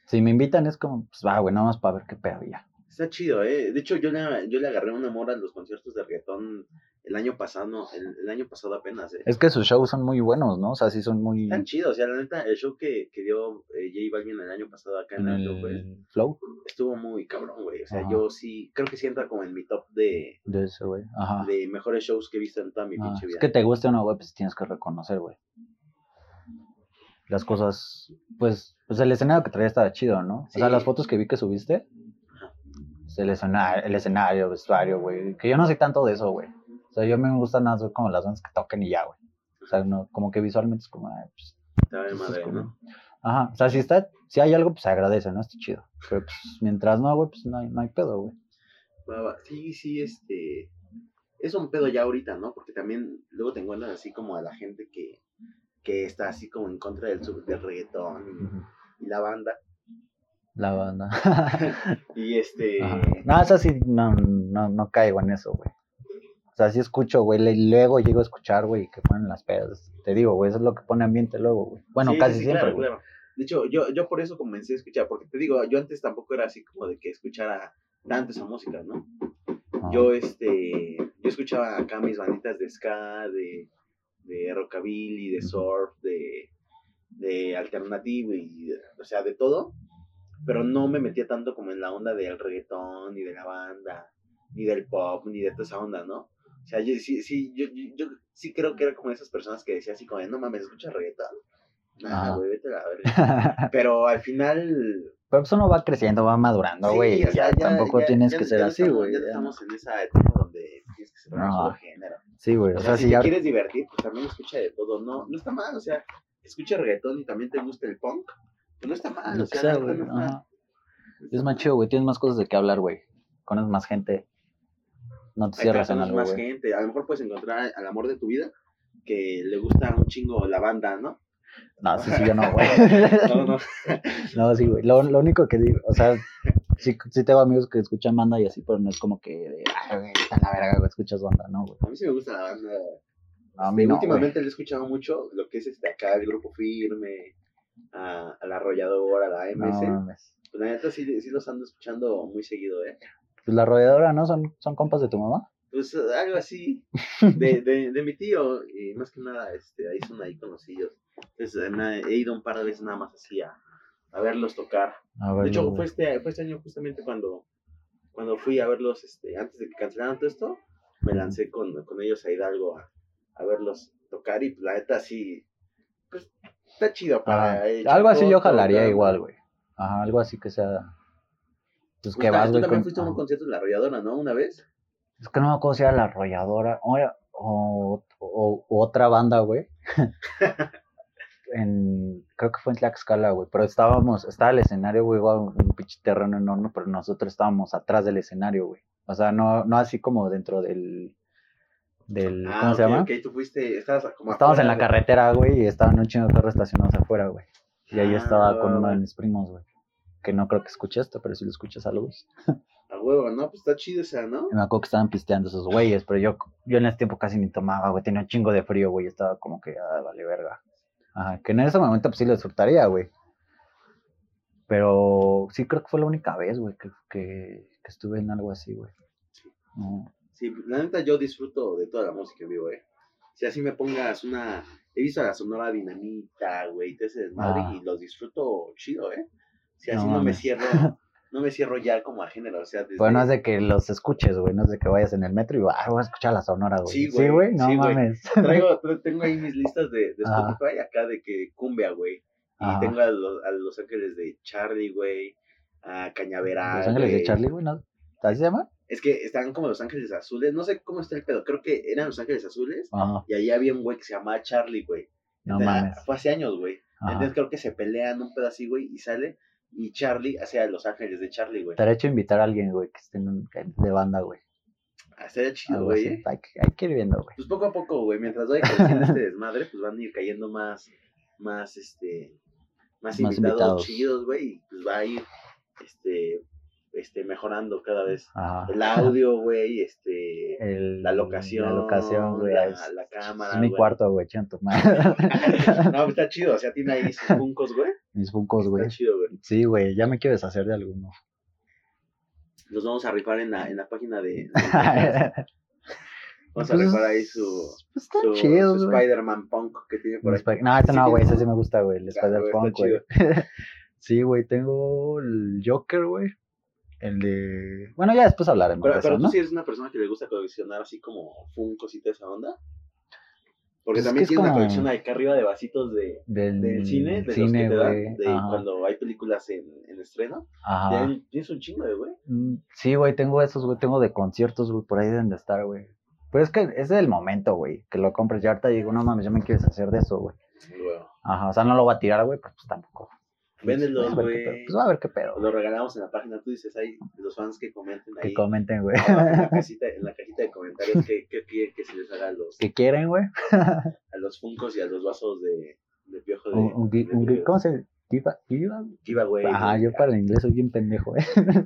Speaker 2: Si me invitan es como, pues va, güey, nada más para ver qué pedo ya.
Speaker 1: Está chido, ¿eh? De hecho, yo le, yo le agarré un amor a los conciertos de reggaetón el año pasado, no, el, el año pasado apenas, ¿eh?
Speaker 2: Es que sus shows son muy buenos, ¿no? O sea, sí son muy...
Speaker 1: Están chidos, o sea, la neta, el show que, que dio eh, J Balvin el año pasado acá en
Speaker 2: En
Speaker 1: el güey,
Speaker 2: el flow
Speaker 1: estuvo muy cabrón, güey. O sea,
Speaker 2: Ajá.
Speaker 1: yo sí, creo que sí entra como en mi top de,
Speaker 2: de ese, güey. Ajá.
Speaker 1: de mejores shows que he visto en toda mi
Speaker 2: Ah,
Speaker 1: pinche
Speaker 2: es
Speaker 1: vida.
Speaker 2: que te guste o no, güey, pues tienes que reconocer, güey. Las cosas, pues, pues el escenario que traía estaba chido, ¿no? O sea,
Speaker 1: Sí.
Speaker 2: las fotos que vi que subiste, pues, el escenario, el escenario, vestuario, güey. Que yo no sé tanto de eso, güey. O sea, yo me gustan más como las bandas que toquen y ya, güey. O sea, no, como que visualmente es como, ay, pues,
Speaker 1: Te va de
Speaker 2: pues, es
Speaker 1: madre,
Speaker 2: como-
Speaker 1: ¿no?
Speaker 2: Ajá, o sea, si está, si hay algo, pues se agradece, ¿no? Está chido. Pero pues mientras no, güey, pues no hay, no hay pedo, güey.
Speaker 1: Va, va. Sí, sí, este. Es un pedo ya ahorita, ¿no? Porque también luego te encuentras así como a la gente que, que está así como en contra del, sub- del reggaetón y la banda.
Speaker 2: La banda.
Speaker 1: Y este.
Speaker 2: [LAUGHS] Ajá. No, eso sí, no, no, no caigo en eso, güey. O sea, sí escucho, güey, le- luego llego a escuchar, güey, que ponen las pedas. Te digo, güey, eso es lo que pone ambiente luego, güey. Bueno,
Speaker 1: Sí, sí,
Speaker 2: casi
Speaker 1: sí,
Speaker 2: siempre,
Speaker 1: claro,
Speaker 2: güey.
Speaker 1: claro. De hecho, yo, yo por eso comencé a escuchar, porque te digo, yo antes tampoco era así como de que escuchara tanto esa música, ¿no?
Speaker 2: Ajá.
Speaker 1: Yo, este, yo escuchaba acá mis banditas de ska, de, de rockabilly, de
Speaker 2: Ujú.
Speaker 1: surf, de, de alternativo y, de- o sea, de todo. Pero no me metía tanto como en la onda del reggaetón, ni de la banda, ni del pop, ni de toda esa onda, ¿no? O sea, yo sí, sí, yo, yo, yo sí creo que era como esas personas que decía así como, de, no mames, escucha reggaetón. Nah,
Speaker 2: Ajá.
Speaker 1: güey, vete a la verga.
Speaker 2: [LAUGHS]
Speaker 1: Pero al final,
Speaker 2: Pero pues uno va creciendo, va madurando,
Speaker 1: Sí,
Speaker 2: güey.
Speaker 1: o sea,
Speaker 2: ya tampoco
Speaker 1: ya-
Speaker 2: tienes
Speaker 1: ya-
Speaker 2: que
Speaker 1: ya
Speaker 2: ser
Speaker 1: no
Speaker 2: así,
Speaker 1: estamos-
Speaker 2: güey.
Speaker 1: Ya no
Speaker 2: ya.
Speaker 1: estamos en esa etapa donde tienes que cerrar
Speaker 2: No.
Speaker 1: su género.
Speaker 2: Sí, güey.
Speaker 1: O, sea, si, te quieres divertir, pues también escucha de todo. No, no está mal, o sea, escucha reggaetón y también te gusta el punk. pues no está mal,
Speaker 2: Lo
Speaker 1: o
Speaker 2: que
Speaker 1: sea,
Speaker 2: sea,
Speaker 1: la neta
Speaker 2: güey.
Speaker 1: pues, no está-
Speaker 2: ajá. Es más chido, güey. Tienes más cosas de qué hablar, güey. Conoces más gente. No te
Speaker 1: Ahí está,
Speaker 2: cierras en
Speaker 1: conoces
Speaker 2: algo,
Speaker 1: más
Speaker 2: güey.
Speaker 1: gente. A lo mejor puedes encontrar al amor de tu vida que le gusta un chingo la banda, ¿no?
Speaker 2: No, sí, sí,
Speaker 1: [LAUGHS]
Speaker 2: yo no, güey.
Speaker 1: No, no.
Speaker 2: No, sí, güey. Lo, lo único que digo, o sea, sí, sí tengo amigos que escuchan banda y así, pero no es como que de, ah, güey, está la verga, güey, escuchas banda, no, güey.
Speaker 1: A mí sí me gusta la banda.
Speaker 2: A
Speaker 1: Este,
Speaker 2: mí no,
Speaker 1: últimamente le he escuchado mucho lo que es este acá, el grupo firme, a, a la arrolladora, a la
Speaker 2: güey. No,
Speaker 1: MC.
Speaker 2: mames.
Speaker 1: Pues la neta sí, sí los ando escuchando muy seguido, ¿eh?
Speaker 2: Pues la rodeadora, ¿no? Son, son compas de tu mamá.
Speaker 1: Pues eh, algo
Speaker 2: [LAUGHS]
Speaker 1: así de, de, de mi tío, y más que nada, este, ahí son ahí conocidos. Entonces eh, me- he ido un par de veces nada más así a, a verlos tocar.
Speaker 2: A ver,
Speaker 1: De hecho,
Speaker 2: güey.
Speaker 1: fue este, fue este año justamente cuando, cuando fui a verlos, este, antes de que cancelaran todo esto, me lancé con, con ellos a Hidalgo a, a verlos tocar y pues, la neta sí, pues está chido para...
Speaker 2: Ajá.
Speaker 1: eh,
Speaker 2: Ah, Algo así yo
Speaker 1: Chacoto,
Speaker 2: jalaría
Speaker 1: tal.
Speaker 2: igual, güey. Ajá, algo así que sea. Pues que
Speaker 1: Justamente,
Speaker 2: vas,
Speaker 1: tú
Speaker 2: güey.
Speaker 1: también
Speaker 2: con-
Speaker 1: fuiste a un
Speaker 2: ajá.
Speaker 1: concierto de la arrolladora, ¿no? Una vez.
Speaker 2: Es que no me acuerdo si era la arrolladora o, era- o, o, o otra banda,
Speaker 1: [LAUGHS]
Speaker 2: güey. en, creo que fue en Tlaxcala, güey. Pero estábamos, estaba el escenario, güey, igual un pinche terreno enorme, pero nosotros estábamos atrás del escenario, güey. O sea, no, no así como dentro del. del
Speaker 1: Ah,
Speaker 2: ¿Cómo se
Speaker 1: ok,
Speaker 2: llama?
Speaker 1: ok, tú fuiste, estabas como
Speaker 2: Estábamos
Speaker 1: afuera
Speaker 2: en la
Speaker 1: de-
Speaker 2: carretera, güey, y estaban un chingo de carros estacionados afuera, güey. Y ahí
Speaker 1: Ah,
Speaker 2: estaba con
Speaker 1: va,
Speaker 2: uno de
Speaker 1: va.
Speaker 2: mis primos, güey. Que no creo que escuche esto, pero si lo escuchas, pues, saludos.
Speaker 1: A huevo, ¿no? Pues está chido, o sea, ¿no?
Speaker 2: Y Me acuerdo que estaban pisteando esos güeyes, pero yo, yo en ese tiempo casi ni tomaba, güey. Tenía un chingo de frío, güey. Estaba como que, ah, vale verga. Ajá, que en ese momento pues sí lo disfrutaría, güey. Pero sí creo que fue la única vez, güey, que, que, que estuve en algo así, güey. No.
Speaker 1: Sí, la neta yo disfruto de toda la música en vivo, eh. Si así me pongas una... He visto a la Sonora Dinamita, güey, todo ese desmadre
Speaker 2: Ah.
Speaker 1: y los disfruto chido, eh. Si
Speaker 2: No
Speaker 1: así no, me
Speaker 2: mames. [LAUGHS]
Speaker 1: cierro, no me cierro ya como a género, o sea... Desde...
Speaker 2: Pero no es de que los escuches, güey. No es de que vayas en el metro y ah, voy a escuchar la sonora, güey.
Speaker 1: Sí,
Speaker 2: Sí,
Speaker 1: güey,
Speaker 2: güey, no
Speaker 1: sí, güey.
Speaker 2: mames.
Speaker 1: [LAUGHS] Traigo, tra- tengo ahí mis listas de, de
Speaker 2: Ajá.
Speaker 1: Spotify acá de que cumbia, güey. Y
Speaker 2: Ah. [LAUGHS] Ajá.
Speaker 1: tengo a los, a los Ángeles de Charlie, güey. A Cañaveral.
Speaker 2: Los Ángeles de
Speaker 1: güey.
Speaker 2: Charlie, güey, ¿no? ¿Así se llama?
Speaker 1: Es que están como Los Ángeles Azules. No sé cómo está el pedo. Creo que eran Los Ángeles Azules.
Speaker 2: Ajá,
Speaker 1: Y allí había un güey que se llamaba Charlie, güey. Era-
Speaker 2: no
Speaker 1: [LAUGHS]
Speaker 2: mames.
Speaker 1: Fue hace años, güey.
Speaker 2: Ajá.
Speaker 1: Entonces creo que se pelean un pedo así, güey. Y sale. Y Charlie hacia Los Ángeles de Charlie, güey.
Speaker 2: Estaré hecho invitar a alguien, güey, que esté en un, que- de banda, güey.
Speaker 1: Ah, Estaría chido,
Speaker 2: Algo
Speaker 1: güey.
Speaker 2: así.
Speaker 1: ¿eh?
Speaker 2: Hay, que- hay que ir viendo, güey.
Speaker 1: Pues poco a poco, güey. Mientras vaya creciendo este desmadre, pues van a ir cayendo más, más, este, más,
Speaker 2: Más
Speaker 1: invitados,
Speaker 2: invitados.
Speaker 1: chidos, güey. Y pues va a ir, este, este, mejorando cada vez.
Speaker 2: Ajá.
Speaker 1: El audio, güey, este,
Speaker 2: El-
Speaker 1: la locación,
Speaker 2: La locación, güey.
Speaker 1: la,
Speaker 2: es,
Speaker 1: la cámara,
Speaker 2: es mi
Speaker 1: güey.
Speaker 2: cuarto, güey, chinga tu madre.
Speaker 1: [LAUGHS] no, pues está chido, o sea, tiene ahí sus puncos, güey.
Speaker 2: Mis funcos,
Speaker 1: Está
Speaker 2: güey.
Speaker 1: chido, güey.
Speaker 2: Sí, güey, ya me quiero deshacer
Speaker 1: [LAUGHS]
Speaker 2: de alguno.
Speaker 1: Los vamos a rifar en la, en la página
Speaker 2: [LAUGHS]
Speaker 1: de.
Speaker 2: Vamos Pues,
Speaker 1: Vamos a rifar ahí su.
Speaker 2: Están
Speaker 1: Su, su
Speaker 2: chidos, pues, güey.
Speaker 1: Spider-Man Punk que tiene por
Speaker 2: Un
Speaker 1: ahí.
Speaker 2: Spi- No, ese
Speaker 1: Sí
Speaker 2: no, güey,
Speaker 1: tienes
Speaker 2: ese sí
Speaker 1: uno.
Speaker 2: me gusta, güey. El
Speaker 1: Claro, güey,
Speaker 2: Spider-Punk,
Speaker 1: está
Speaker 2: güey. Sí, güey, tengo el Joker, güey. El de. Bueno, ya después hablaremos
Speaker 1: Pero,
Speaker 2: de
Speaker 1: pero
Speaker 2: eso,
Speaker 1: tú
Speaker 2: Pues, ¿no?
Speaker 1: sí eres una persona que le gusta coleccionar así como funcos y toda esa onda. Porque
Speaker 2: Pues es que
Speaker 1: también
Speaker 2: es
Speaker 1: tienes una
Speaker 2: como-
Speaker 1: colección acá arriba de vasitos de,
Speaker 2: Del,
Speaker 1: del cine, de
Speaker 2: cine,
Speaker 1: los que te
Speaker 2: güey,
Speaker 1: dan, de
Speaker 2: ajá,
Speaker 1: cuando hay películas en, en estreno.
Speaker 2: ajá.
Speaker 1: Tienes- Tienes un chingo de güey.
Speaker 2: Mm, Sí, güey, tengo esos, güey, tengo de conciertos, güey, por ahí deben de estar, güey. Pero es que es el momento, güey, que lo compres. Ya ahorita digo, no mames, ya me quieres hacer de eso, güey.
Speaker 1: Luego,
Speaker 2: Ajá, o sea, no lo va a tirar, güey, pero pues tampoco. Pues,
Speaker 1: Véndelos,
Speaker 2: va a ver qué
Speaker 1: güey.
Speaker 2: pedo, Pues va a ver qué pedo.
Speaker 1: Lo regalamos en la página, tú dices ahí, los fans que comenten
Speaker 2: Que
Speaker 1: ahí.
Speaker 2: comenten, güey. [LAUGHS]
Speaker 1: abajo en, la casita, en la cajita de comentarios que, que quieren que se les haga a los,
Speaker 2: que quieren, güey.
Speaker 1: a los funcos y a los vasos de, de piojo de,
Speaker 2: Un, un, gui-
Speaker 1: de
Speaker 2: un, gui-
Speaker 1: Ríos.
Speaker 2: ¿Cómo se dice? ¿Giva?
Speaker 1: Giveaway,
Speaker 2: Ajá,
Speaker 1: güey. Ah,
Speaker 2: yo para el inglés soy bien
Speaker 1: [LAUGHS]
Speaker 2: pendejo, güey.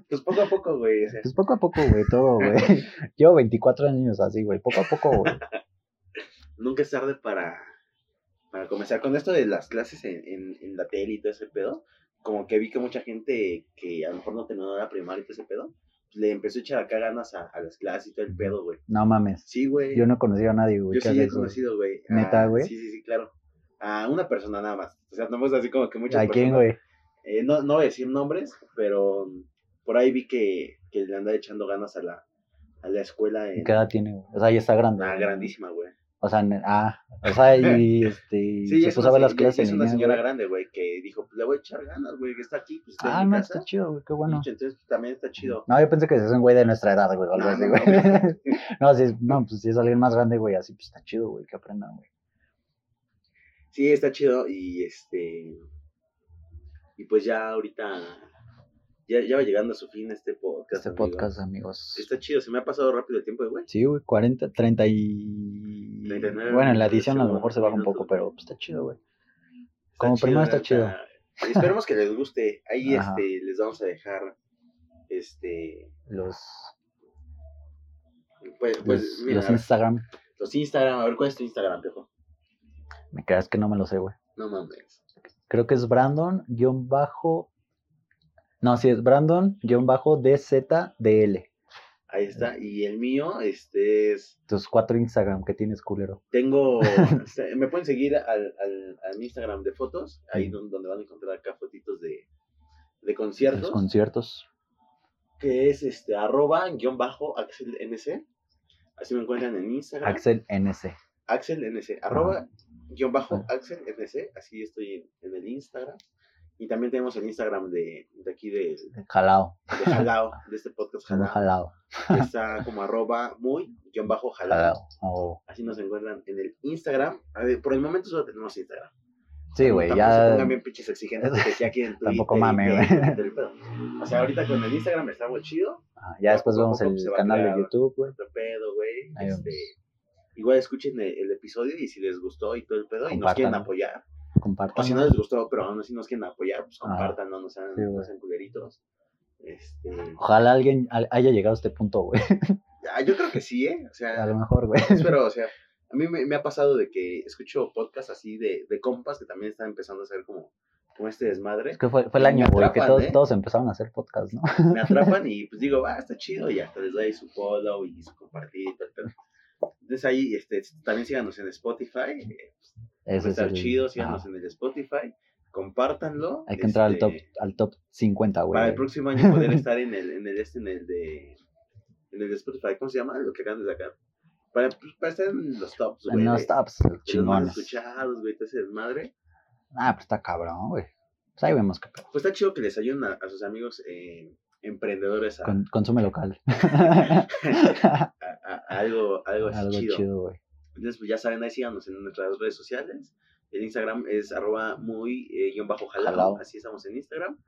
Speaker 1: Pues poco a poco, güey. o sea,
Speaker 2: Pues poco a poco, güey, todo, güey. [LAUGHS] Llevo 24 años así, güey, poco a poco, güey.
Speaker 1: nunca es tarde para, para comenzar con esto de las clases en, en, en la tele y todo ese pedo. Como que vi que mucha gente que a lo mejor no terminó la primaria y todo ese pedo, le empezó a echar acá ganas a, a las clases y todo el pedo, güey.
Speaker 2: No mames.
Speaker 1: Sí, güey.
Speaker 2: Yo no he conocido a nadie, güey.
Speaker 1: Yo sí
Speaker 2: que haga
Speaker 1: he
Speaker 2: eso, güey.
Speaker 1: conocido, güey. a-
Speaker 2: ¿Neta, güey?
Speaker 1: Sí, sí, sí, claro. A una persona nada más. O sea, no es así como que muchas
Speaker 2: ¿A quién,
Speaker 1: personas.
Speaker 2: güey?
Speaker 1: Eh, no, no voy a decir nombres, pero por ahí vi que, que le andaba echando ganas a la, a la escuela en
Speaker 2: ¿Qué edad tiene, güey? O sea, ya está grande.
Speaker 1: una
Speaker 2: güey.
Speaker 1: grandísima, güey.
Speaker 2: O sea, ne-
Speaker 1: [LAUGHS]
Speaker 2: ah, o sea, y este,
Speaker 1: Sí,
Speaker 2: se
Speaker 1: es
Speaker 2: puso
Speaker 1: una,
Speaker 2: a ver las
Speaker 1: ya-
Speaker 2: clases.
Speaker 1: ya es
Speaker 2: en
Speaker 1: una
Speaker 2: línea,
Speaker 1: señora
Speaker 2: güey.
Speaker 1: grande, güey, que dijo, "Pues, le voy a echar ganas, güey, que está aquí, pues está
Speaker 2: Ah,
Speaker 1: en mi
Speaker 2: no,
Speaker 1: casa.
Speaker 2: está chido, güey, qué bueno.
Speaker 1: Y Entonces pues, también está chido.
Speaker 2: No, yo pensé que es un güey de nuestra edad, güey, o algo
Speaker 1: No,
Speaker 2: así,
Speaker 1: no,
Speaker 2: güey.
Speaker 1: no.
Speaker 2: [LAUGHS] No, si es, no, pues si es alguien más grande, güey, así, pues está chido, güey, que aprendan, güey.
Speaker 1: Sí, está chido y este... Y pues ya ahorita... Ya, ya va llegando a su fin este podcast.
Speaker 2: Este
Speaker 1: amigo.
Speaker 2: podcast, amigos.
Speaker 1: Está chido, se me ha pasado rápido el tiempo, güey.
Speaker 2: Sí, güey, 40, 30 y...
Speaker 1: 39
Speaker 2: bueno, en la edición a lo
Speaker 1: minutos,
Speaker 2: mejor se baja un poco,
Speaker 1: minutos.
Speaker 2: pero pues, está chido, güey.
Speaker 1: Está
Speaker 2: Como primero
Speaker 1: la
Speaker 2: está chido.
Speaker 1: neta. Esperemos que les guste. Ahí
Speaker 2: Ajá.
Speaker 1: este les vamos a dejar este
Speaker 2: Los,
Speaker 1: pues, pues
Speaker 2: los,
Speaker 1: mira,
Speaker 2: los Instagram,
Speaker 1: los Instagram, a ver cuál es tu Instagram, viejo.
Speaker 2: me creas que no me lo sé, güey.
Speaker 1: No mames.
Speaker 2: Creo que es Brandon, guión bajo... No, sí, es Brandon, guión bajo DZDL.
Speaker 1: Ahí
Speaker 2: Eh.
Speaker 1: está. Y el mío, este es.
Speaker 2: Tus cuatro Instagram que tienes, culero. [LAUGHS]
Speaker 1: Tengo. se- me pueden seguir al, al, al Instagram de fotos. Ahí don- donde van a encontrar acá fotitos de, de
Speaker 2: Los
Speaker 1: conciertos.
Speaker 2: conciertos.
Speaker 1: Que es este arroba guión bajo Axel NC. Así me encuentran en Instagram.
Speaker 2: Axel NC.
Speaker 1: Axel NC, arroba guión bajo
Speaker 2: Ajá.
Speaker 1: Axel NC, así estoy en, en el Instagram. Y también tenemos el Instagram de, de aquí de,
Speaker 2: Jalao.
Speaker 1: de Jalao, de este podcast
Speaker 2: Jalao.
Speaker 1: Jalao,
Speaker 2: Jalao.
Speaker 1: que está como arroba muy guión bajo Jalao.
Speaker 2: jalao. Oh.
Speaker 1: Así nos encuentran en el Instagram. A ver, por el momento solo tenemos Instagram.
Speaker 2: Sí, güey,
Speaker 1: Tampoco se
Speaker 2: ya.
Speaker 1: pongan bien pinches exigentes porque ya quieren Twitter
Speaker 2: [LAUGHS] Tampoco
Speaker 1: y
Speaker 2: mame,
Speaker 1: que-
Speaker 2: güey.
Speaker 1: del pedo. O sea, ahorita con el Instagram estamos chido.
Speaker 2: ah, Ya después
Speaker 1: poco a
Speaker 2: vemos
Speaker 1: poco
Speaker 2: el
Speaker 1: se va
Speaker 2: canal de
Speaker 1: creando.
Speaker 2: YouTube, güey.
Speaker 1: Otro pedo, güey.
Speaker 2: Ahí
Speaker 1: Este, igual escuchen el, el episodio y si les gustó y todo el pedo y nos
Speaker 2: Compartan.
Speaker 1: quieren apoyar. O
Speaker 2: Compartan.
Speaker 1: si no les gustó, pero aún así nos quieren apoyar, pues
Speaker 2: Ah,
Speaker 1: compartan, no, no sean,
Speaker 2: sí,
Speaker 1: no
Speaker 2: güey.
Speaker 1: sean culeritos. Este,
Speaker 2: Ojalá alguien al- haya llegado a este
Speaker 1: [LAUGHS]
Speaker 2: punto, güey.
Speaker 1: ah, yo creo que sí, ¿eh? O
Speaker 2: A
Speaker 1: sea, [LAUGHS]
Speaker 2: lo mejor, güey.
Speaker 1: pero, o sea, a mí me, me ha pasado de que escucho podcasts así de, de compas que también están empezando a hacer como, como este desmadre.
Speaker 2: [LAUGHS] Es que fue, fue el
Speaker 1: Me
Speaker 2: año, güey, que
Speaker 1: atrapan,
Speaker 2: todos,
Speaker 1: ¿eh?
Speaker 2: todos empezaron a hacer podcast, ¿no?
Speaker 1: Me atrapan y pues digo, ah, está chido, y hasta les doy su follow y su compartir, tal, tal. Entonces ahí, este, también síganos en Spotify, eh, va a
Speaker 2: Ese es
Speaker 1: estar
Speaker 2: el-
Speaker 1: chido, síganos
Speaker 2: ajá.
Speaker 1: en el Spotify, compártanlo.
Speaker 2: Hay que entrar al
Speaker 1: este,
Speaker 2: top, al top 50, güey.
Speaker 1: Para el próximo año
Speaker 2: [LAUGHS]
Speaker 1: poder estar en el, en el este, en el de. En el de Spotify, ¿cómo se llama? Lo que acaban de sacar. Para, pues, para estar en los tops, güey.
Speaker 2: En
Speaker 1: de-
Speaker 2: los tops,
Speaker 1: de los más
Speaker 2: chingones.
Speaker 1: escuchados, güey, todo ese desmadre.
Speaker 2: Ah, pues está cabrón, güey. Pues ahí vemos qué pedo.
Speaker 1: Pues está chido que les ayuden a, a sus amigos eh, emprendedores a,
Speaker 2: Con- consume local.
Speaker 1: a- a- a algo, algo así
Speaker 2: Algo
Speaker 1: chido.
Speaker 2: chido, güey.
Speaker 1: Entonces, pues ya saben, ahí síganos en nuestras redes sociales. El Instagram es arroba muy eh, guión bajo jalao.
Speaker 2: Jalao.
Speaker 1: Así estamos en Instagram.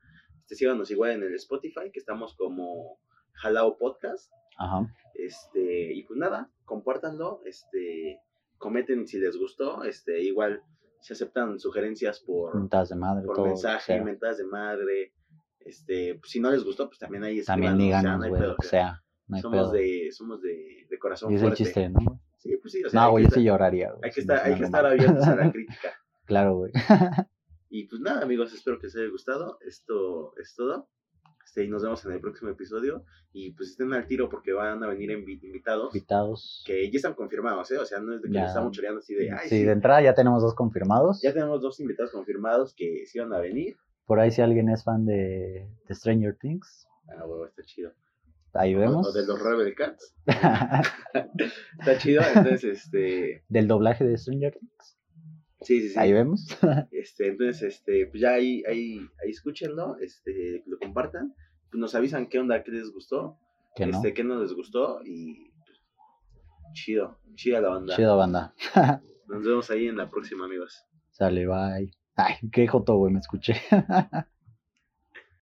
Speaker 1: Este, síganos igual en el Spotify, que estamos como Jalao Podcast.
Speaker 2: Ajá.
Speaker 1: Este, y pues nada, compártanlo, este, comenten si les gustó, este, igual se aceptan sugerencias por,
Speaker 2: Puntas de madre,
Speaker 1: por
Speaker 2: todo. lo que
Speaker 1: mensaje,
Speaker 2: sea.
Speaker 1: mentadas de madre, este, pues, si no les gustó, pues también ahí
Speaker 2: También
Speaker 1: escríbanos, o sea, no
Speaker 2: díganos,
Speaker 1: hay
Speaker 2: güey,
Speaker 1: pedo,
Speaker 2: lo que
Speaker 1: o sea,
Speaker 2: sea. No hay
Speaker 1: somos
Speaker 2: pedo.
Speaker 1: de, somos de, de corazón
Speaker 2: Y es el
Speaker 1: fuerte.
Speaker 2: chiste, ¿no? güey?
Speaker 1: Sí, pues sí, o sea,
Speaker 2: No,
Speaker 1: hay, que
Speaker 2: güey, yo
Speaker 1: estar,
Speaker 2: sí lloraría. güey,
Speaker 1: hay que
Speaker 2: si me
Speaker 1: estar, hay
Speaker 2: hacen
Speaker 1: que estar
Speaker 2: algo mal.
Speaker 1: abiertos a
Speaker 2: [LAUGHS]
Speaker 1: la crítica. [LAUGHS]
Speaker 2: Claro, güey.
Speaker 1: Y pues nada, amigos, espero que les haya gustado. Esto es todo. Este, y nos vemos en el próximo episodio. Y pues estén al tiro porque van a venir invi- invitados.
Speaker 2: Invitados.
Speaker 1: que ya están confirmados, ¿eh? O sea, no es de que
Speaker 2: Ya.
Speaker 1: les estamos choreando así de, ay,
Speaker 2: sí,
Speaker 1: sí".
Speaker 2: de entrada ya tenemos dos confirmados.
Speaker 1: ya tenemos dos invitados confirmados que sí van a venir.
Speaker 2: Por ahí si alguien es fan de, de Stranger Things,
Speaker 1: Ah, huevo, está chido.
Speaker 2: ahí
Speaker 1: O-
Speaker 2: vemos.
Speaker 1: O de los Rebel Cats. Está chido, entonces, este,
Speaker 2: Del doblaje de Stranger Things,
Speaker 1: sí, sí, sí.
Speaker 2: ahí vemos. [LAUGHS]
Speaker 1: Este, entonces, este, pues ya ahí, ahí, ahí escúchenlo, este, lo compartan, pues nos avisan qué onda, qué les gustó,
Speaker 2: que no.
Speaker 1: este, qué no les gustó y pues, chido, chida la banda.
Speaker 2: Chido banda.
Speaker 1: Nos vemos ahí en la próxima, amigos.
Speaker 2: Sale, bye. Ay, qué joto, güey, me escuché.